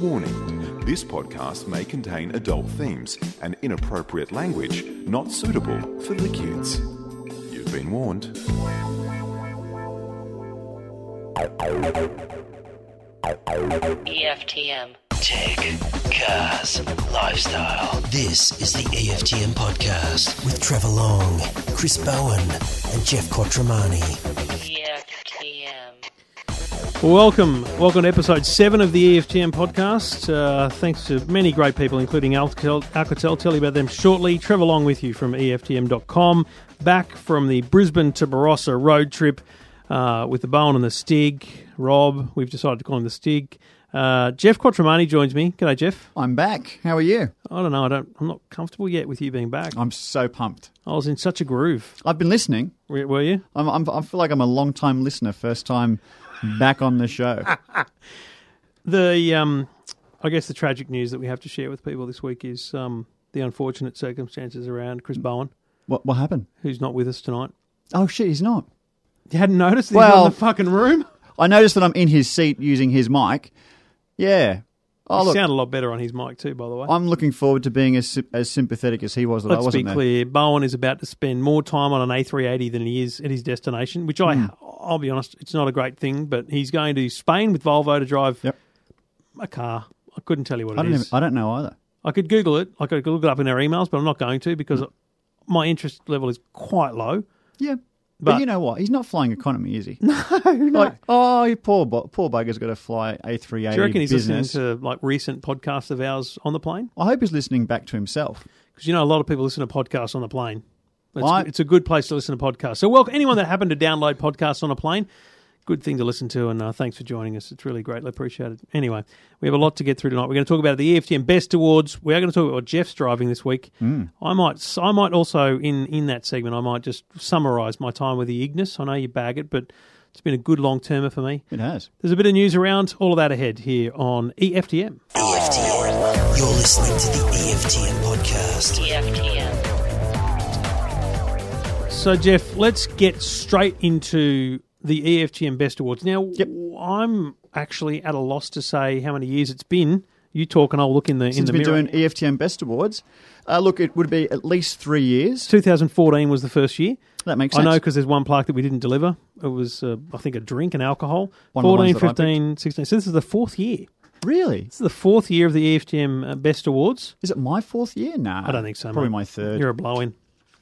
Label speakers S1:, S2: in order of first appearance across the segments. S1: Warning this podcast may contain adult themes and inappropriate language not suitable for the kids. You've been warned.
S2: E EFTM.
S3: Tech, cars, lifestyle. This is the EFTM podcast with Trevor Long, Chris Bowen, and Jeff Quattromani.
S2: E EFTM.
S4: Welcome, welcome to episode seven of the E EFTM podcast. Uh, thanks to many great people, including Alcatel. Alcatel. Tell you about them shortly. Trevor Long with you from E EFTM.com, back from the Brisbane to Barossa road trip uh, with the Bowen and the Stig. Rob, we've decided to call him the Stig. Uh, Jeff Quattromani joins me. G'day, Jeff.
S5: I'm back. How are you?
S4: I don't know. I don't. I'm not comfortable yet with you being back.
S5: I'm so pumped.
S4: I was in such a groove.
S5: I've been listening.
S4: Were were you?
S5: I'm, I'm, I feel like I'm a long time listener, first time back on the show.
S4: the um, I guess the tragic news that we have to share with people this week is um, the unfortunate circumstances around Chris Bowen,
S5: What, what happened?
S4: who's not with us tonight.
S5: Oh, shit, he's not.
S4: You hadn't noticed that he was
S5: Well-
S4: in the fucking room.
S5: I noticed that I'm in his seat using his mic. Yeah. Oh,
S4: You
S5: look,
S4: sound a lot better on his mic too, by the way.
S5: I'm looking forward to being as, sy- as sympathetic as he was that I
S4: Let's be
S5: wasn't there.
S4: clear. Bowen is about to spend more time on an A380 than he is at his destination, which I,
S5: Hmm.
S4: I'll be honest, it's not a great thing. But he's going to Spain with Volvo to drive
S5: Yep.
S4: a car. I couldn't tell you what
S5: I,
S4: it
S5: don't
S4: is.
S5: even, I don't know either.
S4: I could Google it. I could look it up in our emails, but I'm not going to because my interest level is quite low.
S5: Yeah. But,
S4: But-
S5: you know what? He's not flying economy, is he? No, Like, oh, you poor, bo- poor bugger's got to fly A380
S4: Do you reckon he's
S5: business.
S4: listening to like recent podcasts of ours on the plane?
S5: I hope he's listening back to himself.
S4: Because you know a lot of people listen to podcasts on the plane. It's,
S5: I-
S4: it's a good place to listen to podcasts. So welcome anyone that happened to download podcasts on a plane. Good thing to listen to, and uh, thanks for joining us. It's really greatly appreciated. Anyway, we have a lot to get through tonight. We're going to talk about the E EFTM Best Awards. We are going to talk about what Jeff's driving this week. I might, I might also in in that segment, I might just summarise my time with the Ignis. I know you bag it, but it's been a good long termer for me.
S5: It has.
S4: There's a bit of news around. All of that ahead here on E EFTM.
S3: EFTM. You're listening to the EFTM podcast.
S2: E EFTM.
S4: So, Jeff, let's get straight into the E EFTM Best Awards. Now,
S5: Yep.
S4: I'm actually at a loss to say how many years it's been. You talk, and I'll look in the in
S5: Since
S4: the
S5: we're
S4: mirror.
S5: doing E EFTM Best Awards, uh, look, it would be at least three years.
S4: 2014 was the first year.
S5: That makes
S4: I
S5: sense.
S4: know because there's one plaque that we didn't deliver. It was, uh, I think, a drink and alcohol.
S5: One of the
S4: 14,
S5: ones that I
S4: 15, 16. So this is the fourth year.
S5: Really?
S4: This is the fourth year of the EFTM uh, Best Awards.
S5: Is it my fourth year? Nah.
S4: I don't think so.
S5: Probably
S4: mate.
S5: my third.
S4: You're a blow-in.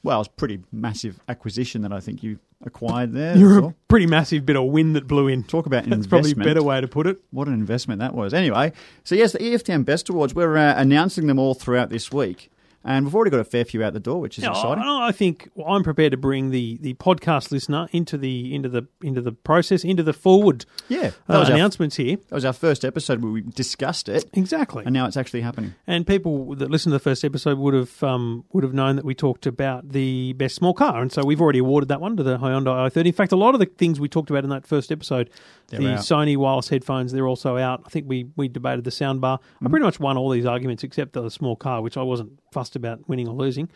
S5: Well, it's a pretty massive acquisition that I think you acquired there.
S4: You're
S5: that's
S4: a
S5: all.
S4: pretty massive bit of wind that blew in.
S5: Talk about
S4: That's probably a
S5: investment.
S4: better way to put it.
S5: What an investment that was. Anyway, so yes, the E EFTM Best Awards, we're uh, announcing them all throughout this week. And we've already got a fair few out the door, which is
S4: Yeah,
S5: exciting.
S4: I, I think well, I'm prepared to bring the, the podcast listener into the into the into the process, into the forward
S5: Yeah, that,
S4: uh,
S5: was our, that
S4: announcements here.
S5: was our first episode where we discussed it,
S4: Exactly.
S5: and now it's actually happening.
S4: And people that listened to the first episode would have um, would have known that we talked about the best small car, and so we've already awarded that one to the Hyundai i30. In fact, a lot of the things we talked about in that first episode, the
S5: out.
S4: Sony wireless headphones, they're also out. I think we we debated the soundbar.
S5: Mm-hmm.
S4: I pretty much won all these arguments except the small car, which I wasn't fussed about winning or losing.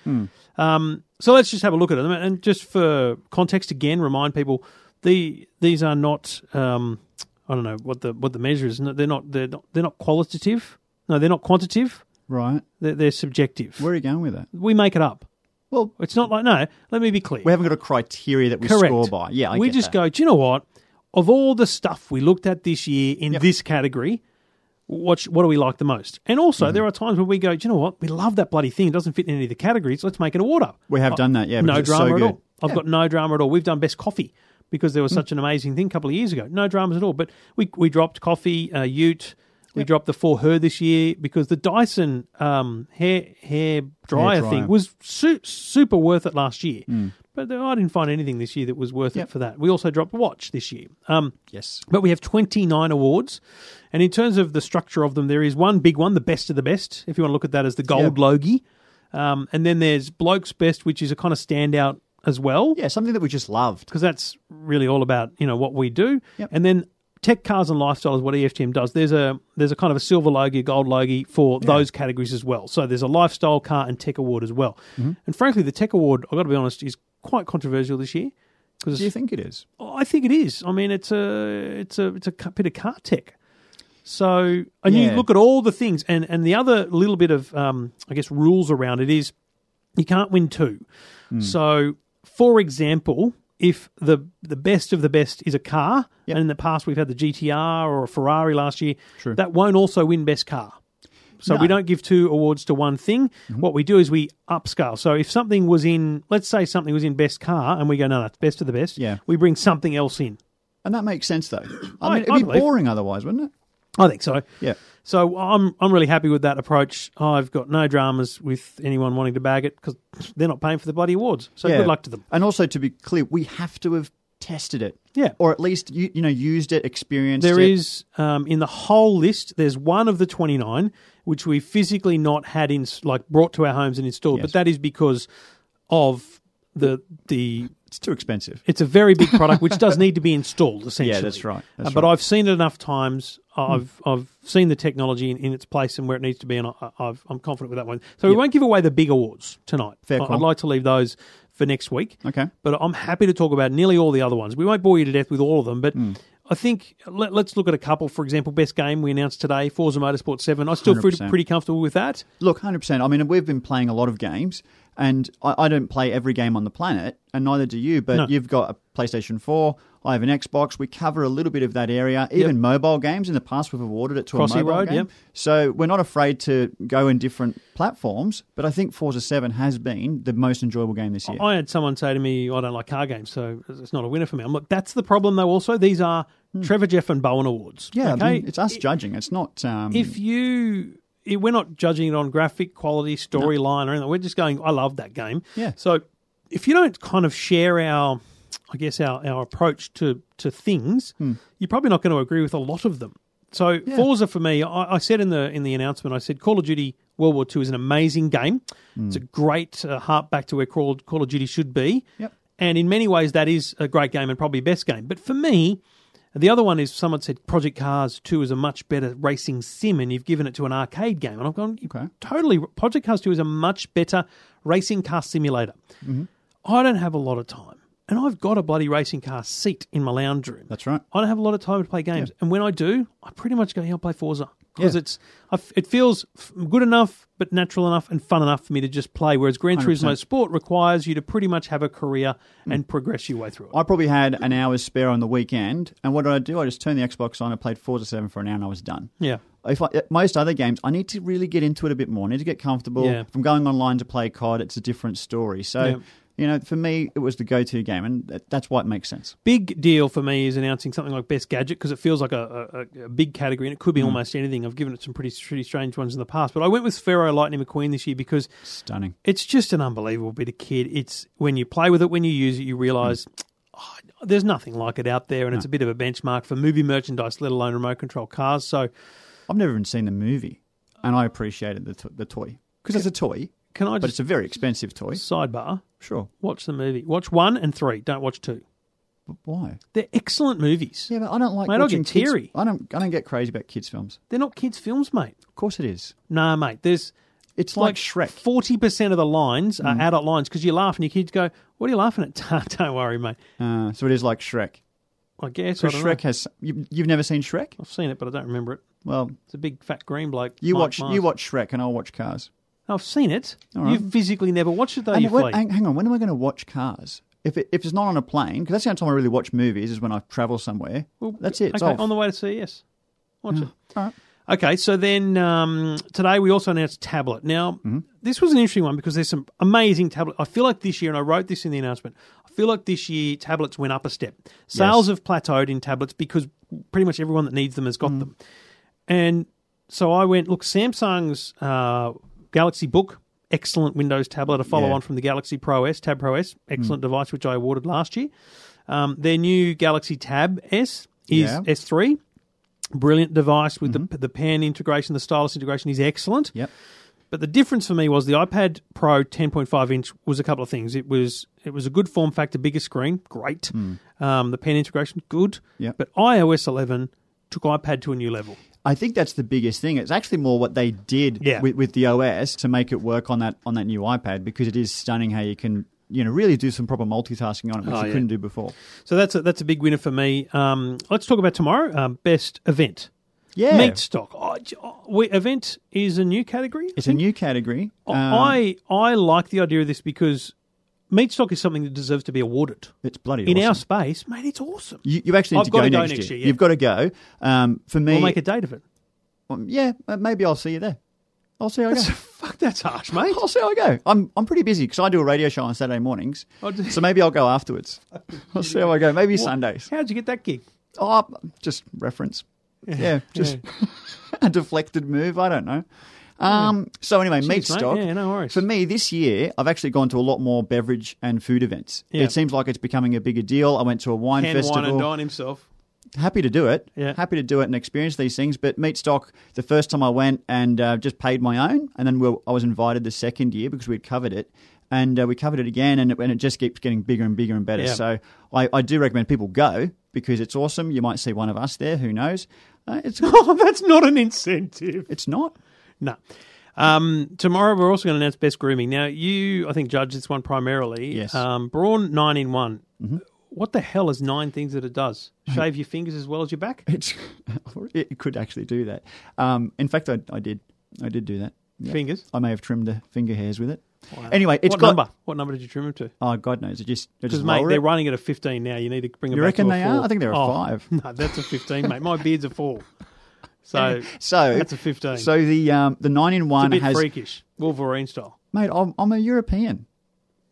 S4: Um, so let's just have a look at them, and just for context, again, remind people the these are not. Um, I don't know what the what the measure is. No, They're not they're not they're not qualitative. No, they're not quantitative.
S5: Right.
S4: They're, they're subjective.
S5: Where are you going with that?
S4: we make it up.
S5: Well,
S4: It's not like no. Let me be clear.
S5: we haven't got a criteria that we
S4: Correct.
S5: score by. Yeah, I
S4: we
S5: get
S4: just
S5: that.
S4: go. Do you know what? Of all the stuff we looked at this year in this category, what sh- what do we like the most? And also,
S5: Mm-hmm.
S4: there are times when we go. Do you know what? We love that bloody thing. It doesn't fit in any of the categories. Let's make an award up.
S5: We have done that, yeah. because
S4: Uh, no
S5: it's so
S4: drama at
S5: good.
S4: all. I've got no drama at all. We've done best coffee because
S5: Mm.
S4: there was such an amazing thing a couple of years ago. No dramas at all. But we we dropped coffee, uh, Ute. We dropped the for her this year because the Dyson um, hair hair dryer,
S5: dryer. Mm.
S4: thing was su- super worth it last year. But there- I didn't find anything this year that was worth
S5: Yep.
S4: it for that. We also dropped watch this year. Um,
S5: Yes.
S4: but we have 29 awards. And in terms of the structure of them, there is one big one, the best of the best, if you want to look at that as the gold logie. Um, and then there's Bloke's Best, which is a kind of standout as well,
S5: Yeah, something that we just loved.
S4: because that's really all about, you know, what we do.
S5: Yep.
S4: And then Tech Cars and Lifestyle is what E EFTM does. There's a there's a kind of a silver logie, a gold logie for those categories as well. So there's a lifestyle car and tech award as well.
S5: Mm-hmm.
S4: And frankly, the tech award, I've got to be honest, is quite controversial this year. Because
S5: Do you think it is?
S4: I think it is. I mean, it's a it's a it's a ca- bit of car tech. So, and you
S5: Yeah.
S4: look at all the things, and and the other little bit of, um, I guess, rules around it is you can't win two.
S5: Hmm.
S4: So, for example, if the the best of the best is a car,
S5: Yep.
S4: and in the past we've had the GTR or a Ferrari last year, that won't also win best car. So we
S5: No. Mm-hmm.
S4: don't give two awards to one thing. What we do is we upscale. So if something was in, let's say something was in best car, and we go, no, that's best of the best.
S5: Yeah.
S4: we bring something else in.
S5: And that makes sense,
S4: I-
S5: though. I mean,
S4: I
S5: it'd be
S4: believe-
S5: boring otherwise, wouldn't it?
S4: I think so.
S5: Yeah.
S4: So I'm I'm really happy with that approach. I've got no dramas with anyone wanting to bag it because they're not paying for the bloody awards. So
S5: yeah.
S4: good luck to them.
S5: And also, to be clear, we have to have tested it.
S4: Yeah.
S5: Or at least, you, you know, used it, experienced
S4: There
S5: it.
S4: is um, in the whole list. There's one of the 29 which we physically not had in like brought to our homes and installed, but
S5: Yes.
S4: that is because of the the
S5: It's too expensive.
S4: it's a very big product which does need to be installed essentially.
S5: that's right, that's
S4: Uh, but
S5: right. Hmm.
S4: I've seen it enough times. uh, I've I've seen the technology in, in its place and where it needs to be, and I, I've, I'm confident with that one. So we won't give away the big awards tonight.
S5: Fair
S4: I,
S5: call.
S4: I'd like to leave those for next week.
S5: Okay.
S4: But I'm happy to talk about nearly all the other ones. We won't bore you to death with all of them, but.
S5: Hmm.
S4: I think let, let's look at a couple. For example, best game we announced today, Forza Motorsport Seven. I still feel
S5: 100%.
S4: pretty comfortable with that.
S5: Look, 100%. I mean, we've been playing a lot of games, and I, I don't play every game on the planet, and neither do you, but
S4: No.
S5: you've got a PlayStation 4. I have an Xbox. We cover a little bit of that area, even mobile games. In the past, we've awarded it to
S4: Crossy
S5: a mobile
S4: Road,
S5: game.
S4: yep.
S5: So we're not afraid to go in different platforms, but I think Forza 7 has been the most enjoyable game this year.
S4: I had someone say to me, "I don't like car games, so it's not a winner for me." I'm like, "That's the problem, though. Also, these are Trevor Jeff and Bowen awards.
S5: Hmm. yeah,
S4: okay?
S5: I mean, it's us judging. It's not. Um,
S4: if you if we're not judging it on graphic quality, storyline, or anything. We're just going, "I love that game."
S5: Yeah.
S4: So if you don't kind of share our, I guess our our approach to to things,
S5: Hmm.
S4: you're probably not going to agree with a lot of them. So Forza for me, I, I said in the in the announcement, I said Call of Duty World War II is an amazing game.
S5: Hmm.
S4: It's a great uh, harp back to where Call, Call of Duty should be.
S5: Yep.
S4: And in many ways, that is a great game and probably best game. But for me, the other one is someone said Project Cars 2 is a much better racing sim, and you've given it to an arcade game. And I've gone,
S5: Okay.
S4: totally. Project Cars 2 is a much better racing car simulator.
S5: Mm-hmm.
S4: I don't have a lot of time. And I've got a bloody racing car seat in my lounge room.
S5: That's right.
S4: I don't have a lot of time to play games, and when I do, I pretty much go, "Yeah, I'll play Forza." Because it's, I f it feels f- good enough, but natural enough and fun enough for me to just play. Whereas Gran Turismo Sport requires you to pretty much have a career and progress your way through it.
S5: I probably had an hour's spare on the weekend, and what did I do? I just turned the Xbox on, I played Forza 7 for an hour, and I was done.
S4: yeah,
S5: If I, most other games, I need to really get into it a bit more. I need to get comfortable.
S4: Yeah.
S5: If I'm going online to play COD, it's a different story. So,
S4: Yeah.
S5: you know, for me, it was the go-to game, and that, that's why it makes sense.
S4: big deal for me is announcing something like Best Gadget because it feels like a, a, a- a big category and it could be almost anything. I've given it some pretty pretty strange ones in the past, but I went with Pharaoh Lightning McQueen this year because
S5: Stunning.
S4: it's just an unbelievable bit of kid. It's when you play with it, when you use it, you realize
S5: Mm.
S4: "Oh, there's nothing like it out there, and it's a bit of a benchmark for movie merchandise, let alone remote control cars. So,
S5: I've never even seen the movie, and I appreciated the, to- the toy because it's a toy,
S4: can I
S5: but
S4: just
S5: it's a very expensive toy.
S4: sidebar?
S5: Sure.
S4: Watch the movie. Watch one and three. Don't watch two.
S5: But why?
S4: They're excellent movies.
S5: Yeah, but I don't like
S4: Mate, I'll
S5: watching
S4: get
S5: kids-
S4: teary.
S5: I don't. I don't get crazy about kids films.
S4: They're not kids' films, mate.
S5: Of course, it is.
S4: Nah, mate. There's
S5: It's like, Shrek. Mm.
S4: Forty percent of the lines are adult lines because you laugh and your kids go, "What are you laughing at?" "Don't- don't worry, mate.
S5: Uh, so it is like Shrek.
S4: I guess I
S5: Because
S4: don't
S5: Shrek
S4: know.
S5: has you, you've never seen Shrek?
S4: I've seen it, but I don't remember it.
S5: Well,
S4: It's a big fat green bloke.
S5: you
S4: Mike
S5: watch
S4: Myers.
S5: you watch Shrek, and I'll watch Cars.
S4: I've seen it.
S5: right.
S4: You've physically never watched it though.
S5: And
S4: you
S5: when-
S4: flea.
S5: hang, hang on, when am I going to watch Cars? If it, if it's not on a plane, because that's the only time I really watch movies is when I travel somewhere.
S4: Well,
S5: that's it. It's
S4: okay,
S5: off.
S4: on the way to CES. Watch it.
S5: All right.
S4: Okay, so then um, today we also announced tablet. Now,
S5: Mm-hmm.
S4: this was an interesting one because there's some amazing tablet. I feel like this year, and I wrote this in the announcement, I feel like this year tablets went up a step. Sales have plateaued in tablets because pretty much everyone that needs them has
S5: Mm.
S4: got them. And so I went, look, Samsung's uh, Galaxy Book, excellent Windows tablet, a follow
S5: Yeah. Mm.
S4: on from the Galaxy Pro S, Tab Pro S, excellent device, which I awarded last year. Um, their new Galaxy Tab S is
S5: Yeah. Mm-hmm.
S4: S3. Brilliant device with the, the pen integration, the stylus integration is excellent.
S5: Yep.
S4: But the difference for me was the iPad Pro 10.5 inch was a couple of things. It was it was a good form factor, bigger screen, great.
S5: Mm.
S4: Um, the pen integration, good.
S5: Yep.
S4: But iOS 11 took iPad to a new level.
S5: I think that's the biggest thing. It's actually more what they did
S4: Yeah.
S5: with, with the OS to make it work on that on that new iPad because it is stunning how you can you know really do some proper multitasking on it which
S4: Oh,
S5: you
S4: yeah.
S5: couldn't do before.
S4: So that's a, that's a big winner for me. Um, let's talk about tomorrow. Um, uh, best event.
S5: Yeah.
S4: Meat stock. Oh, j- oh, we, event is a new category.
S5: It's a new category.
S4: I-
S5: Um,
S4: I I like the idea of this because meat stock is something that deserves to be awarded.
S5: it's bloody
S4: In
S5: awesome.
S4: our space, mate, it's awesome.
S5: You, you actually need
S4: I've
S5: to
S4: got
S5: go,
S4: to go
S5: next,
S4: next
S5: year.
S4: year, yeah.
S5: You've got to go. Um, for me,
S4: We'll make a date of it.
S5: um, yeah, uh, maybe I'll see you there. I'll see how I go.
S4: Fuck, that's harsh, mate.
S5: I'll see how I go. I'm I'm pretty busy because I do a radio show on Saturday mornings.
S4: Oh, do-
S5: So maybe I'll go afterwards. I'll see how I go. Maybe Sundays.
S4: How'd you get that gig?
S5: Oh, just reference. Yeah, just a deflected move. I don't know. Um, so anyway, meat
S4: mate.
S5: stock.
S4: Yeah, no worries.
S5: For me, this year, I've actually gone to a lot more beverage and food events.
S4: Yeah.
S5: It seems like it's becoming a bigger deal. I went to a wine
S4: Can
S5: festival
S4: wine and dine himself.
S5: happy to do it.
S4: Yeah.
S5: Happy to do it and experience these things. But meat stock, the first time I went and uh, just paid my own, and then we were, I was invited the second year because we'd covered it, and uh, we covered it again, and it, and it just keeps getting bigger and bigger and better.
S4: Yeah.
S5: So I, I do recommend people go because it's awesome. You might see one of us there. Who knows? Uh, it's
S4: Oh, that's not an incentive.
S5: it's not.
S4: No. Um, tomorrow we're also going to announce best grooming. Now you, I think, judge this one primarily.
S5: Yes. Mm-hmm.
S4: Um, Brawn nine in one. What the hell is nine things that it does? Shave your fingers as well as your back.
S5: It's it could actually do that. Um, in fact, I, I did I did do that. Yeah.
S4: Fingers.
S5: I may have trimmed the finger hairs with it. Anyway, it's
S4: what
S5: got
S4: number? What number did you trim them to?
S5: oh god knows it just it
S4: Because
S5: just
S4: mate,
S5: lower
S4: they're
S5: it.
S4: running at a fifteen now. You need to bring them.
S5: You
S4: back to
S5: reckon
S4: a
S5: they are?
S4: four.
S5: I think they're a
S4: Oh,
S5: five.
S4: No, that's a fifteen, mate. My beard's a four. So,
S5: So
S4: that's a fifteen.
S5: So the um, the nine in
S4: it's a
S5: one
S4: bit
S5: has
S4: freakish, Wolverine style.
S5: mate. I'm, I'm a European,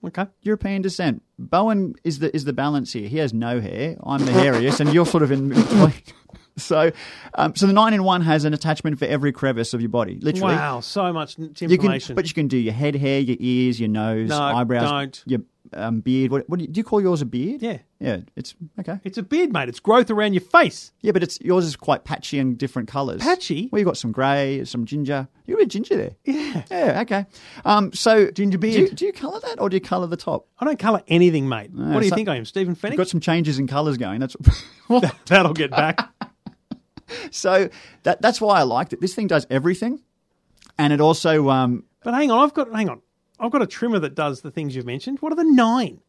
S4: Okay.
S5: European descent. Bowen is the is the balance here. He has no hair. I'm the hairiest, and you're sort of in between. so, um, so the nine in one has an attachment for every crevice of your body. Literally,
S4: Wow, so much n-
S5: you can,
S4: information.
S5: but you can do your head hair, your ears, your nose,
S4: No,
S5: eyebrows,
S4: don't.
S5: your um, beard. What, what do, you, do you call yours a beard?
S4: Yeah.
S5: yeah. It's okay.
S4: it's a beard, mate. It's growth around your face.
S5: Yeah, but it's yours is quite patchy and different colours.
S4: Patchy?
S5: Well, you've got some grey, some ginger. You got a bit of ginger there. Yeah. Yeah. Okay. Um. So ginger Do you,
S4: beard.
S5: do you colour that, or do you colour the top?
S4: I don't colour anything, mate. what do you
S5: so-
S4: think I am, Stephen
S5: You've
S4: Fennick?
S5: got some changes in colours going. That's
S4: That'll get back.
S5: so that that's why I liked it. This thing does everything, and it also um.
S4: but hang on, I've got hang on. I've got a trimmer that does the things you've mentioned. What are the nine?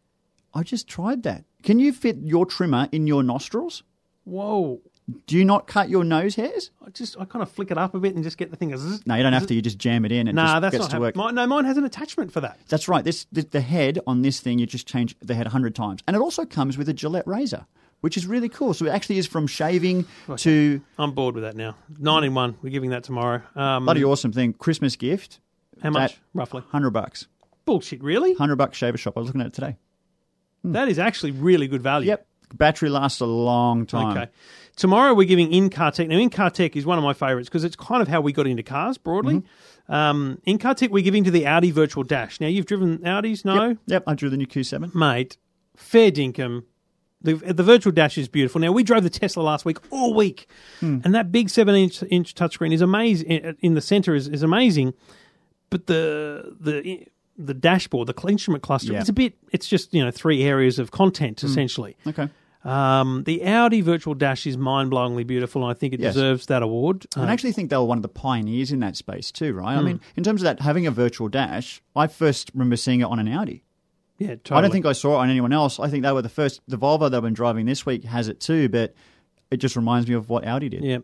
S5: I just tried that. Can you fit your trimmer in your nostrils?
S4: Whoa.
S5: Do you not cut your nose hairs?
S4: I just I kind of flick it up a bit and just get the thing. Zzz.
S5: No, you don't have to. You just jam it in and
S4: Nah,
S5: just
S4: that's
S5: gets
S4: not
S5: to
S4: happening.
S5: work.
S4: Mine, no, mine has an attachment for that.
S5: That's right. This the, the head on this thing, you just change the head hundred times, and it also comes with a Gillette razor, which is really cool. So it actually is from shaving to
S4: I'm bored with that now. Nine in one. We're giving that tomorrow. Um,
S5: bloody awesome thing. Christmas gift,
S4: how much
S5: that-
S4: roughly?
S5: hundred bucks,
S4: Bullshit, really?
S5: hundred bucks shaver shop. I was looking at it today.
S4: That is actually really good value.
S5: Yep, battery lasts a long time.
S4: Okay. Tomorrow we're giving in car tech. Now, in car tech is one of my favorites because it's kind of how we got into cars broadly.
S5: Mm-hmm.
S4: Um, in car tech, we're giving to the Audi Virtual Dash. Now, you've driven Audis, no?
S5: Yep, I drew the new Q7.
S4: Mate, fair dinkum. The, the Virtual Dash is beautiful. Now, we drove the Tesla last week, all week,
S5: Hmm.
S4: and that big 17 inch, inch touchscreen is amazing. In the center is, is amazing, but the the the dashboard, the instrument cluster,
S5: Yeah. Hmm.
S4: it's a bit, it's just, you know, three areas of content essentially.
S5: Okay,
S4: Um, the Audi Virtual Dash is mind-blowingly beautiful, and I think it
S5: Yes.
S4: deserves that award. Um,
S5: and I actually think they were one of the pioneers in that space too, right? I mean, in terms of that having a virtual dash, I first remember seeing it on an Audi.
S4: yeah, totally.
S5: I don't think I saw it on anyone else. I think they were the first. The Volvo that I've been driving this week has it too, but it just reminds me of what Audi did.
S4: Yeah.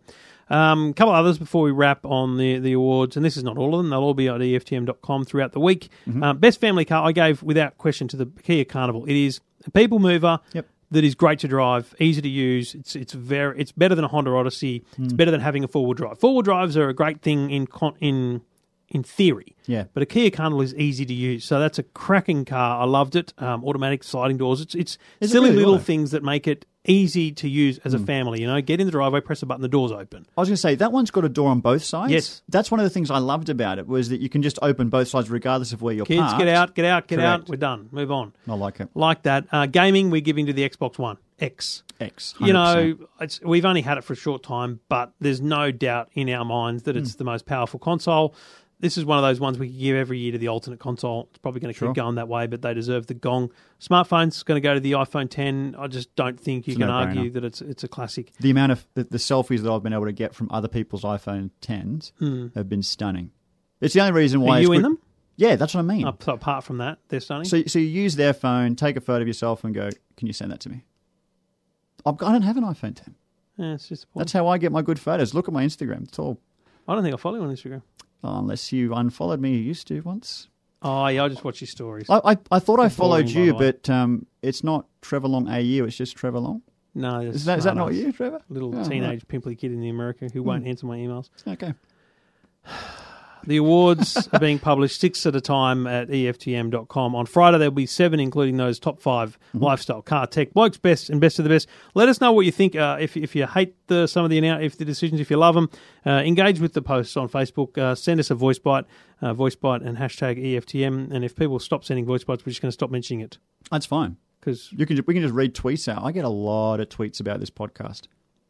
S4: Um, couple others before we wrap on the, the awards, and this is not all of them. They'll all be at E EFTM.com throughout the week.
S5: Mm-hmm.
S4: Um, best family car I gave without question to the Kia Carnival. It is a people mover
S5: Yep.
S4: that is great to drive, easy to use. It's it's very it's better than a Honda Odyssey.
S5: Mm.
S4: It's better than having a four wheel drive. Four wheel drives are a great thing in con- in in theory.
S5: Yeah.
S4: But a Kia Carnival is easy to use, so that's a cracking car. I loved it. Um, automatic sliding doors. It's it's
S5: Is it
S4: silly
S5: really, Mm.
S4: little
S5: though?
S4: things that make it easy to use as a family. You know, get in the driveway, press a button, the doors open.
S5: I was going to say that one's got a door on both sides.
S4: Yes.
S5: that's one of the things I loved about it was that you can just open both sides regardless of where you're
S4: Kids,
S5: parked.
S4: get out, get out, get out.
S5: Correct.
S4: We're done. Move on.
S5: I like it.
S4: Like that. Uh, gaming, we're giving to the Xbox One X.
S5: X.
S4: You
S5: 100%.
S4: know, it's, we've only had it for a short time, but there's no doubt in our minds that
S5: Mm.
S4: it's the most powerful console. This is one of those ones we could give every year to the alternate console. It's probably going to keep going that way, but they deserve the gong. Smartphone's going to go to the iPhone 10. I just don't think you
S5: It's a
S4: can
S5: no-brainer.
S4: argue that it's it's a classic.
S5: the amount of the, the selfies that I've been able to get from other people's iPhone 10s have been stunning. It's the only reason why
S4: Hmm. Are
S5: it's
S4: you in
S5: good-
S4: them? Oh,
S5: Yeah, that's what I mean.
S4: Up- Apart from that, they're stunning.
S5: So, so you use their phone, take a photo of yourself, and go, "Can you send that to me?" I've got, I don't have an iPhone 10.
S4: Yeah, it's disappointing.
S5: That's how I get my good photos. Look at my Instagram. It's all.
S4: I don't think I follow you on Instagram.
S5: oh, unless you unfollowed me, you used to once.
S4: Oh, yeah, I just watch your stories.
S5: I, I, I thought I
S4: following,
S5: followed you,
S4: by the way.
S5: but um, it's not Trevor Long AU. It's just Trevor Long.
S4: no, that's
S5: Is that, is that
S4: no, no,
S5: not you, Trevor?
S4: Little
S5: Yeah, Hmm.
S4: teenage pimply kid in the America who won't answer my emails.
S5: right. Okay.
S4: The awards are being published six at a time at E EFTM.com. On Friday, there'll be seven, including those top 5
S5: Hmm.
S4: lifestyle, car, tech, blokes, best, and best of the best. Let us know what you think. Uh, if, if you hate the, some of the annou- if the decisions, if you love them, uh, engage with the posts on Facebook. Uh, send us a voice bite, uh, voice bite, and hashtag E EFTM. And if people stop sending voice bites, we're just going to stop mentioning it
S5: That's fine.
S4: because
S5: You can ju- we can just read tweets out. I get a lot of tweets about this podcast.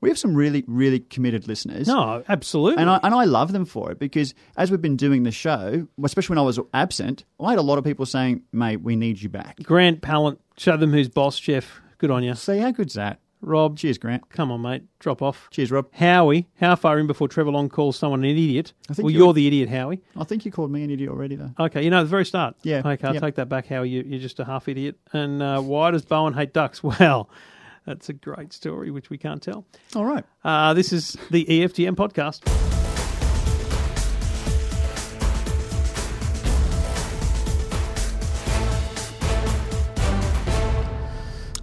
S5: We have some really really committed listeners.
S4: no, absolutely.
S5: And I, and I love them for it because as we've been doing the show, especially when I was absent, I had a lot of people saying, mate, we need you back.
S4: Grant Pallant, show them who's boss, Jeff. Good on you,
S5: See, how good's that?
S4: Rob.
S5: Cheers, Grant.
S4: Come on, mate. Drop off.
S5: Cheers, Rob.
S4: Howie, how far in before Trevor Long calls someone an idiot?
S5: I think
S4: Well,
S5: you-
S4: you're the idiot, Howie.
S5: I think you called me an idiot already, though.
S4: Okay, you know, at the very start.
S5: Yeah,
S4: Okay, I'll
S5: yeah.
S4: take that back, Howie. You, you're just a half idiot. And uh, why does Bowen hate ducks? Well, that's a great story, which we can't tell.
S5: All right.
S4: Uh, this is the EFTM podcast.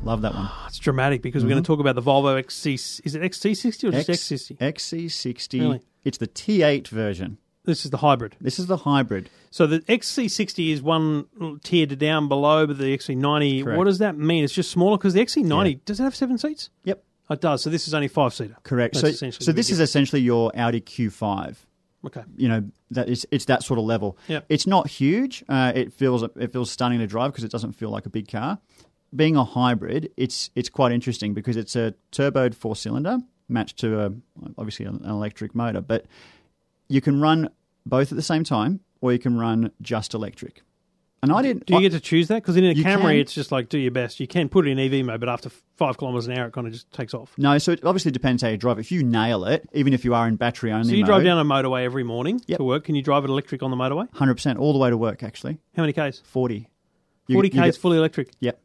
S5: Love that one.
S4: Oh, It's dramatic because we're going to talk about the Volvo XC. Is it XC60 or just
S5: Mm-hmm. X-
S4: XC60?
S5: XC60.
S4: Really?
S5: It's the T8 version.
S4: This is the hybrid.
S5: This is the hybrid.
S4: So the XC60 is one tier down below, but the XC90,
S5: Correct.
S4: what does that mean? It's just smaller because the XC90, does it have seven seats?
S5: Yep.
S4: It does. So this is only five seater.
S5: Correct.
S4: That's
S5: so
S4: essentially
S5: so
S4: the
S5: this is essentially your Audi Q5.
S4: Okay.
S5: you know that it's it's that sort of level.
S4: Yep.
S5: It's not huge. Uh, it feels it feels stunning to drive because it doesn't feel like a big car. Being a hybrid, it's it's quite interesting because it's a turboed four cylinder matched to a obviously an electric motor, but you can run both at the same time or you can run just electric. And I didn't.
S4: Do you
S5: I-
S4: get to choose that? Because in a
S5: You
S4: Camry,
S5: can.
S4: it's just like do your best. You can put it in EV mode, but after f- five kilometers an hour, it kind of just takes off.
S5: no, so it obviously depends how you drive. If you nail it, even if you are in battery only,
S4: So you drive down a motorway every morning
S5: Yep.
S4: to work. Can you drive it electric on the motorway?
S5: hundred percent all the way to work. Actually,
S4: How many k's?
S5: forty. You-
S4: Forty
S5: you get-
S4: k's fully electric.
S5: Yep.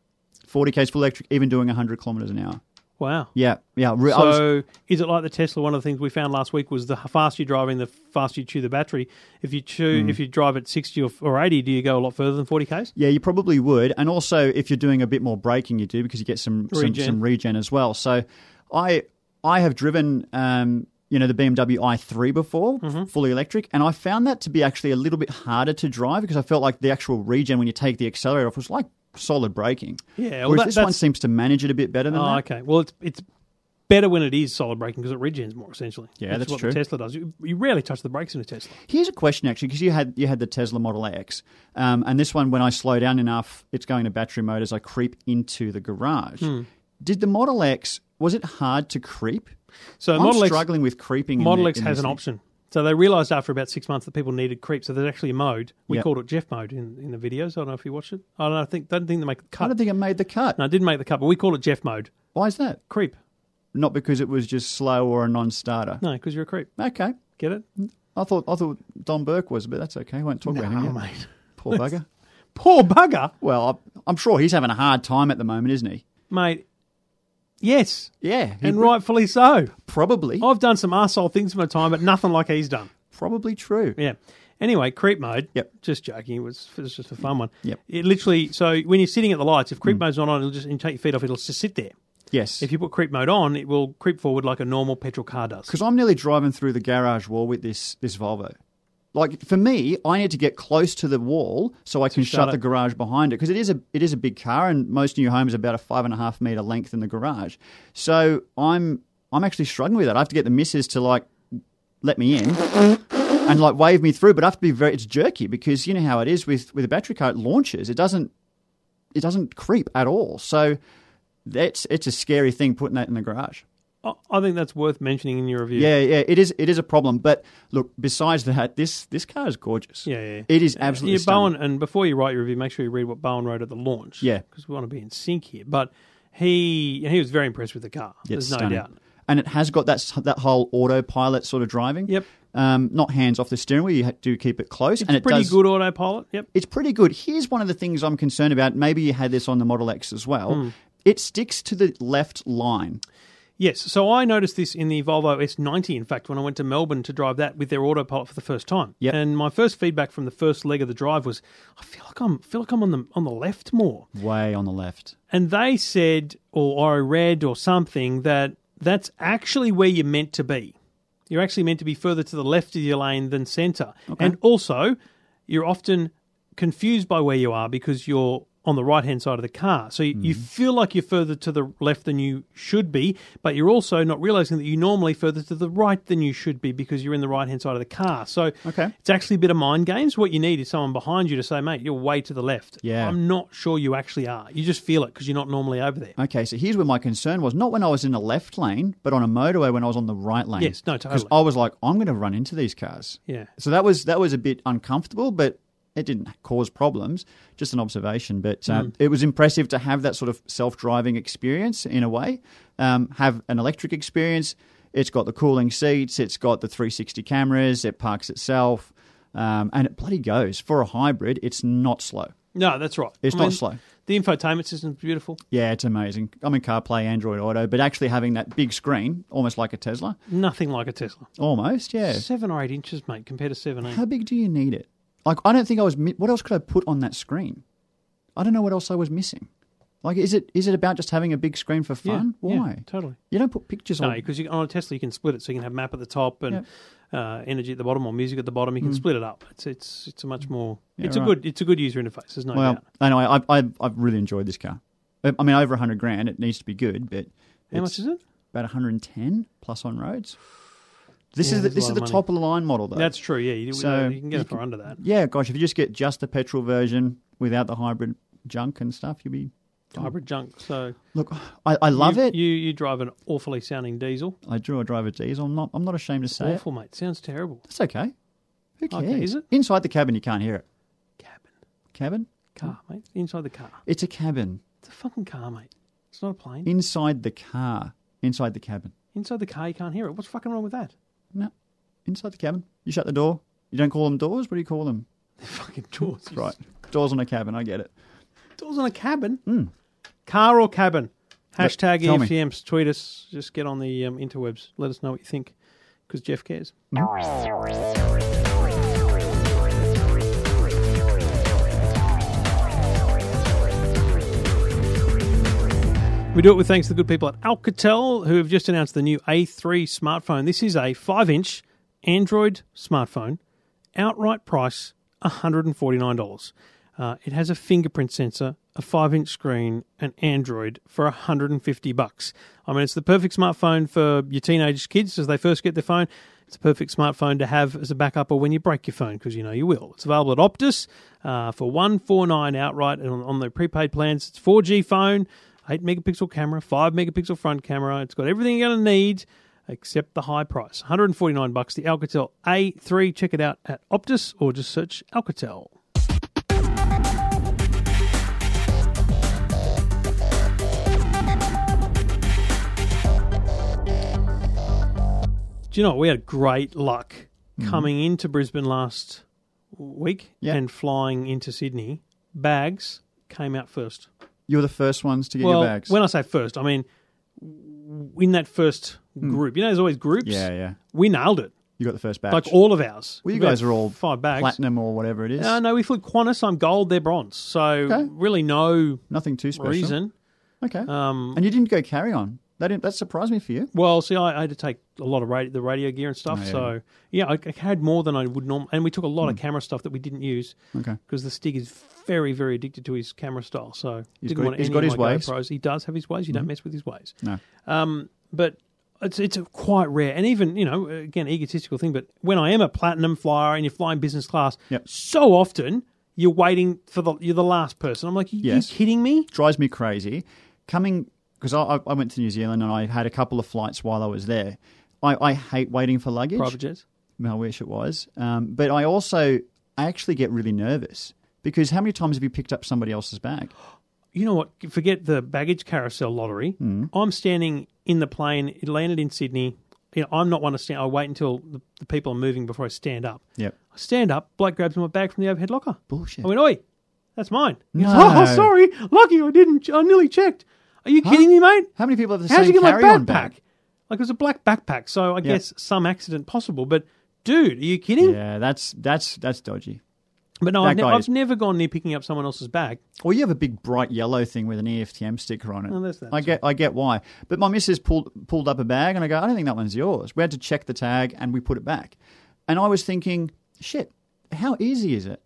S5: 40 k's full electric, even doing 100 kilometers an hour.
S4: Wow.
S5: Yeah, yeah. Re- I was-
S4: So is it like the Tesla? One of the things we found last week was the faster you're driving, the faster you chew the battery. If you chew,
S5: Hmm.
S4: if you drive at sixty or, or eighty, do you go a lot further than forty k's?
S5: yeah, you probably would, and also if you're doing a bit more braking, you do because you get some some
S4: Regen.
S5: regen, some regen as well. So, I I have driven um, you know the BMW i3 before,
S4: Mm-hmm.
S5: fully electric, and I found that to be actually a little bit harder to drive because I felt like the actual regen when you take the accelerator off was like solid braking.
S4: Yeah, well,
S5: Whereas
S4: that-
S5: this one
S4: that's-
S5: seems to manage it a bit better than
S4: Oh,
S5: that.
S4: okay. Well, it's it's better when it is solid braking because it regens more essentially.
S5: Yeah,
S4: which is
S5: that's
S4: what
S5: true.
S4: The Tesla does. You, you rarely touch the brakes in a Tesla.
S5: Here's a question actually, because you had you had the Tesla Model X, um, and this one when I slow down enough, it's going to battery mode as I creep into the garage.
S4: Hmm.
S5: Did the Model X was it hard to creep?
S4: So
S5: I'm
S4: Model X
S5: struggling with creeping. in
S4: Model
S5: the-
S4: X
S5: in
S4: has
S5: this
S4: an
S5: thing.
S4: option. So they realised after about six months that people needed creep. So there's actually a mode. We
S5: Yeah.
S4: called it Jeff mode in, in the videos. I don't know if you watched it. I don't know, I think don't think they make the
S5: I
S4: cut.
S5: don't think it made the cut.
S4: no, it didn't make the cut, but we call it Jeff mode.
S5: Why is that?
S4: Creep.
S5: Not because it was just slow or a non-starter.
S4: No, because you're a creep.
S5: Okay,
S4: Get it?
S5: I thought I thought Don Burke was, but that's okay. I won't talk about him. Yet.
S4: mate.
S5: Poor bugger.
S4: Poor bugger,
S5: Well, I- I'm sure he's having a hard time at the moment, isn't he?
S4: mate. Yes,
S5: Yeah, he
S4: and Oh.
S5: would-
S4: rightfully so.
S5: probably,
S4: I've done some arsehole things in my time, but nothing like he's done.
S5: probably true.
S4: Yeah. Anyway, creep mode.
S5: Yep.
S4: Just joking. It was, it was just a fun one.
S5: Yep. Hmm.
S4: It literally. So when you're sitting at the lights, if creep mode's not on, it'll just and take your feet off. It'll just sit there.
S5: Yes,
S4: If you put creep mode on, it will creep forward like a normal petrol car does.
S5: because I'm nearly driving through the garage wall with this this Volvo. Like for me, I need to get close to the wall so I can shut,
S4: shut
S5: the
S4: it.
S5: garage behind it because it is a it is a big car and most new homes are about a five and a half meter length in the garage. So I'm I'm actually struggling with that. I have to get the missus to like let me in and like wave me through, but I have to be very it's jerky because you know how it is with with a battery car. It launches. It doesn't it doesn't creep at all. So that's it's a scary thing putting that in the garage.
S4: I, I think that's worth mentioning in your review.
S5: Yeah, yeah, it is. It is a problem. But look, besides that, this this car is gorgeous.
S4: Yeah, yeah, yeah.
S5: it is absolutely.
S4: Yeah,
S5: stunning.
S4: Bowen, and before you write your review, make sure you read what Bowen wrote at the launch.
S5: Yeah.
S4: because we want to be in sync here. But he he was very impressed with the car. There's
S5: It's
S4: no
S5: stunning.
S4: doubt.
S5: And it has got that s- that whole autopilot sort of driving.
S4: Yep.
S5: Um, not hands off the steering wheel. You ha- do keep it close, and it
S4: Pretty
S5: does,
S4: good autopilot. Yep.
S5: It's pretty good. Here's one of the things I'm
S4: Hmm.
S5: concerned about. Maybe you had this on the Model X as well. It sticks to the left line.
S4: Yes, so I noticed this in the Volvo S90, in fact, when I went to Melbourne to drive that with their autopilot for the first time.
S5: Yep.
S4: And my first feedback from the first leg of the drive was, I feel like I'm feel like I'm on the on the left more.
S5: Way on the left.
S4: And they said, or I read or something, that that's actually where you're meant to be. You're actually meant to be further to the left of your lane than centre. And also, you're often confused by where you are because you're on the right hand side of the car. So you, you feel like you're further to the left than you should be, but you're also not realizing that you're normally further to the right than you should be because you're in the right hand side of the car. So
S5: Okay.
S4: it's actually a bit of mind games. What you need is someone behind you to say, mate, you're way to the left.
S5: Yeah.
S4: I'm not sure you actually are. You just feel it because you're not normally over there.
S5: Okay, so here's where my concern was not when I was in the left lane, but on a motorway when I was on the right lane.
S4: Yes, no,
S5: Because
S4: totally.
S5: I was like, I'm going to run into these cars.
S4: Yeah.
S5: So that was that was a bit uncomfortable, but it didn't cause problems. Just an observation, but um, it was impressive to have that sort of self-driving experience in a way. Um, have an electric experience. It's got the cooling seats. It's got the 360 cameras. It parks itself, um, and it bloody goes for a hybrid. It's not slow.
S4: No, that's right.
S5: It's not slow.
S4: The infotainment system's beautiful.
S5: Yeah, it's amazing. I'm in CarPlay, Android Auto, but actually having that big screen, almost like a Tesla,
S4: Nothing like a Tesla.
S5: almost, yeah.
S4: Seven or eight inches, mate, compared to seven, eight.
S5: How big do you need it? Like, I don't think I was. Mi- what else could I put on that screen? I don't know what else I was missing. Like, is it is it about just having a big screen for
S4: Yeah,
S5: fun?
S4: yeah,
S5: Why?
S4: totally.
S5: You don't put pictures
S4: No,
S5: on.
S4: because on a Tesla you can split it, so you can have map at the top and uh, energy at the bottom or music at the bottom. You can split it up. It's it's it's a much more. it's a
S5: Mm. right.
S4: good it's a good user interface. There's no
S5: Well,
S4: doubt.
S5: anyway, I, I I've really enjoyed this car. I I mean, over hundred grand, it needs to be good, but
S4: How much is it?
S5: About one hundred and ten plus on roads. This
S4: Yeah,
S5: is the,
S4: that's a
S5: this
S4: lot
S5: is
S4: of
S5: the
S4: money.
S5: top of the line model, though.
S4: That's true. Yeah, you,
S5: So
S4: you can get
S5: you
S4: it for under that.
S5: yeah, gosh, if you just get just the petrol version without the hybrid junk and stuff, you'll be
S4: Hybrid junk. So
S5: look. I, I love
S4: you,
S5: it.
S4: You you drive an awfully sounding diesel.
S5: I do. I drive a diesel. I'm not. I'm not ashamed to say
S4: Awful, mate. Sounds terrible.
S5: it. It's okay. Who cares?
S4: Okay, is it?
S5: inside the cabin? You can't hear it.
S4: Cabin
S5: Cabin?
S4: car,
S5: Hmm?
S4: mate. Inside the car.
S5: It's a cabin
S4: It's a fucking car, mate. It's not a
S5: Hmm?
S4: plane.
S5: inside the car. Inside the cabin.
S4: Inside the car, you can't hear it. What's fucking wrong with that?
S5: No, inside the cabin. You shut the door. You don't call them doors. What do you call them?
S4: Fucking doors.
S5: Right, doors on a cabin. I get it.
S4: Doors on a cabin. Car or cabin? Hashtag
S5: Hmm.
S4: E
S5: tell me.
S4: EFTMs. Tweet us. Just get on the um, interwebs. Let us know what you think because Jeff cares. We do it with thanks to the good people at Alcatel who have just announced the new A3 smartphone. This is a 5 inch Android smartphone, outright price $149. Uh, it has a fingerprint sensor, a 5 inch screen, and Android for 150 bucks. I mean, it's the perfect smartphone for your teenage kids as they first get their phone. It's a perfect smartphone to have as a backup or when you break your phone because you know you will. It's available at Optus uh, for 149 outright and on, on the prepaid plans. It's 4G phone. 8 megapixel camera, 5 megapixel front camera. It's got everything you're going to need except the high price. 149 bucks. the Alcatel A3. Check it out at Optus or just search Alcatel. Do you know what? we had great luck coming into Brisbane last week
S5: Yeah.
S4: and flying into Sydney? Bags came out first
S5: You're the first ones to get
S4: well,
S5: your bags.
S4: when I say first, I mean w- in that first group. You know, there's always groups.
S5: Hmm. yeah, yeah.
S4: We nailed it.
S5: You got the first bag.
S4: Like all of ours.
S5: Well, you
S4: We
S5: guys
S4: had
S5: are all
S4: five bags.
S5: platinum or whatever it is.
S4: Uh, no, we flew Qantas. I'm gold. They're bronze. So really no
S5: Nothing too special.
S4: reason.
S5: Okay.
S4: Um,
S5: and you didn't go carry on. That didn't, that surprised me for you.
S4: well, see, I, I had to take a lot of radio, the radio gear and stuff.
S5: Oh, yeah. Hmm.
S4: So yeah, I, I had more than I would normally, and we took a lot of camera stuff that we didn't use
S5: Okay.
S4: because the Stig is very, very addicted to his camera style. So
S5: He's
S4: didn't
S5: got-
S4: want
S5: he's
S4: any
S5: got
S4: of
S5: his
S4: my
S5: ways. Mm-hmm.
S4: GoPros. He does have his ways. You don't mess with his ways.
S5: No.
S4: Um, but it's it's quite rare, and even you know, again, egotistical thing. But when I am a platinum flyer and you're flying business class,
S5: Yep.
S4: so often you're waiting for the you're the last person. I'm like, you,
S5: Yes.
S4: you kidding me?
S5: drives me crazy. Coming because I, I I went to New Zealand and I had a couple of flights while I was there. I, I hate waiting for luggage.
S4: Private jets.
S5: I wish it was, um, but I also I actually get really nervous because how many times have you picked up somebody else's bag?
S4: You know what? Forget the baggage carousel lottery.
S5: Mm-hmm.
S4: I'm standing in the plane. It landed in Sydney. You know, I'm not one to stand. I wait until the, the people are moving before I stand up.
S5: Yep.
S4: I stand up. Bloke grabs my bag from the overhead locker.
S5: Bullshit.
S4: I went, oi, that's mine. He goes,
S5: No.
S4: oh, sorry. Lucky I didn't. I nearly checked. Are you kidding me, mate?
S5: How many people have the
S4: How'd
S5: same
S4: you get my
S5: carry-on
S4: backpack?
S5: bag?
S4: Like it was a black backpack, so I
S5: Yeah.
S4: guess some accident possible. But dude, are you kidding?
S5: Yeah, that's that's that's dodgy.
S4: But no,
S5: That
S4: I've, ne-
S5: guy
S4: I've
S5: is-
S4: never gone near picking up someone else's bag.
S5: Or you have a big bright yellow thing with an E EFTM sticker on it.
S4: Oh, that's that.
S5: I get I get why. But my missus pulled pulled up a bag and I go, I don't think that one's yours. We had to check the tag and we put it back. And I was thinking, shit, how easy is it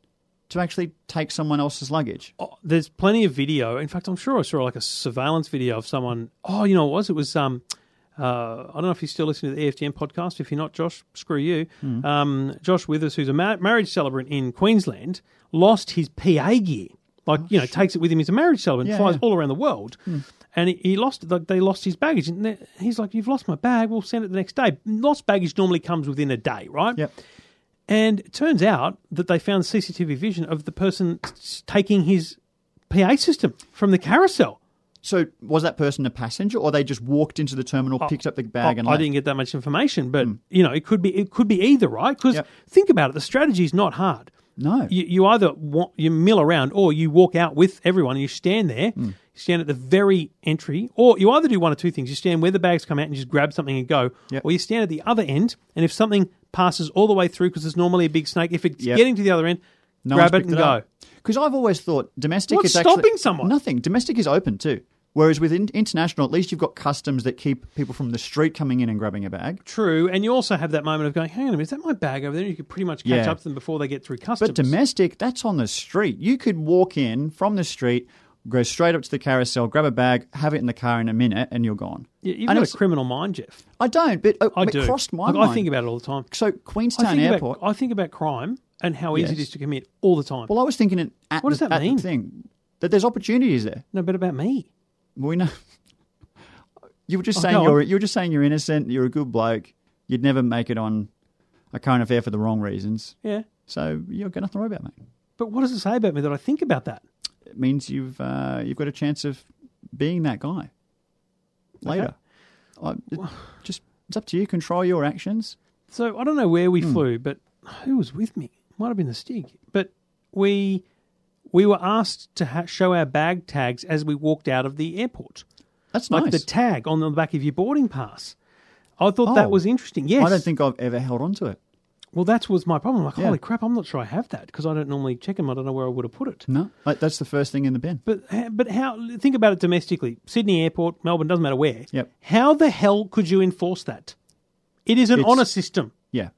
S5: to actually take someone else's luggage?
S4: Oh, there's plenty of video. In fact, I'm sure I saw like a surveillance video of someone. Oh, you know what it was? It was um, uh, I don't know if you're still listening to the EFTM podcast. If you're not, Josh, screw you.
S5: Hmm.
S4: Um, Josh Withers, who's a ma- marriage celebrant in Queensland, lost his PA gear. Like you know, takes it with him. He's a marriage celebrant,
S5: Yeah, Hmm.
S4: flies
S5: yeah.
S4: all around the world, and he, he lost. Like they lost his baggage, and they- he's like, "You've lost my bag. We'll send it the next day." Lost baggage normally comes within a day, right?
S5: Yep.
S4: And it turns out that they found CCTV vision of the person s- taking his PA system from the carousel.
S5: So was that person a passenger or they just walked into the terminal, picked up the bag
S4: I,
S5: and
S4: Oh, I
S5: left? Hmm.
S4: didn't get that much information, but you know, it could be it could be either, right? Because
S5: Yep.
S4: think about it, the strategy is not hard.
S5: No.
S4: You, you either wa- you mill around or you walk out with everyone and you stand there,
S5: Hmm.
S4: you stand at the very entry, or you either do one of two things: you stand where the bags come out and just grab something and go,
S5: Yep.
S4: or you stand at the other end, and if something passes all the way through, because there's normally a big snake, if it's
S5: Yep.
S4: getting to the other end, grab it and go.
S5: Because I've always thought domestic
S4: What's
S5: is actually
S4: stopping someone?
S5: Nothing. Domestic is open too. Whereas with in- international, at least you've got customs that keep people from the street coming in and grabbing a bag.
S4: True, and you also have that moment of going, "Hang on a minute, is that my bag over there?" And you could pretty much catch
S5: Yeah.
S4: up to them before they get through customs.
S5: But domestic, that's on the street. You could walk in from the street, go straight up to the carousel, grab a bag, have it in the car in a minute, and you're gone.
S4: Yeah, you've
S5: and
S4: got a
S5: it's-
S4: criminal mind, Jeff.
S5: I don't, but it,
S4: I
S5: it
S4: do.
S5: crossed my
S4: Look,
S5: mind.
S4: I think about it all the time.
S5: so
S4: I
S5: Queenstown
S4: think,
S5: Airport.
S4: about, I think about crime and how easy it
S5: Yes.
S4: is to commit all the time.
S5: well, I was thinking it at,
S4: What does
S5: the-
S4: that
S5: at the
S4: mean?
S5: thing that there's opportunities there.
S4: no, but about me.
S5: We know. You were just
S4: Oh,
S5: saying
S4: go on.
S5: you're you were just saying you're innocent. You're a good bloke. You'd never make it on a current affair for the wrong reasons.
S4: Yeah,
S5: So you're got nothing to worry about, mate.
S4: but what does it say about me that I think about that?
S5: It means you've uh, you've got a chance of being that guy later. I, it- just it's up to you. Control your actions.
S4: So I don't know where we
S5: Hmm.
S4: flew, but who was with me? Might have been the Stig. But we we were asked to ha- show our bag tags as we walked out of the airport.
S5: That's
S4: like
S5: nice.
S4: the tag on the back of your boarding pass. I thought that
S5: Oh.
S4: was interesting. Yes,
S5: I don't think I've ever held on to it.
S4: Well, that was my problem. Like,
S5: Yeah.
S4: holy crap! I'm not sure I have that because I don't normally check them. I don't know where I would have put it.
S5: No, like, that's the first thing in the bin.
S4: But but how? Think about it domestically. Sydney Airport, Melbourne, doesn't matter where.
S5: Yep.
S4: How the hell could you enforce that? It is an
S5: It's-
S4: honor system.
S5: Yeah.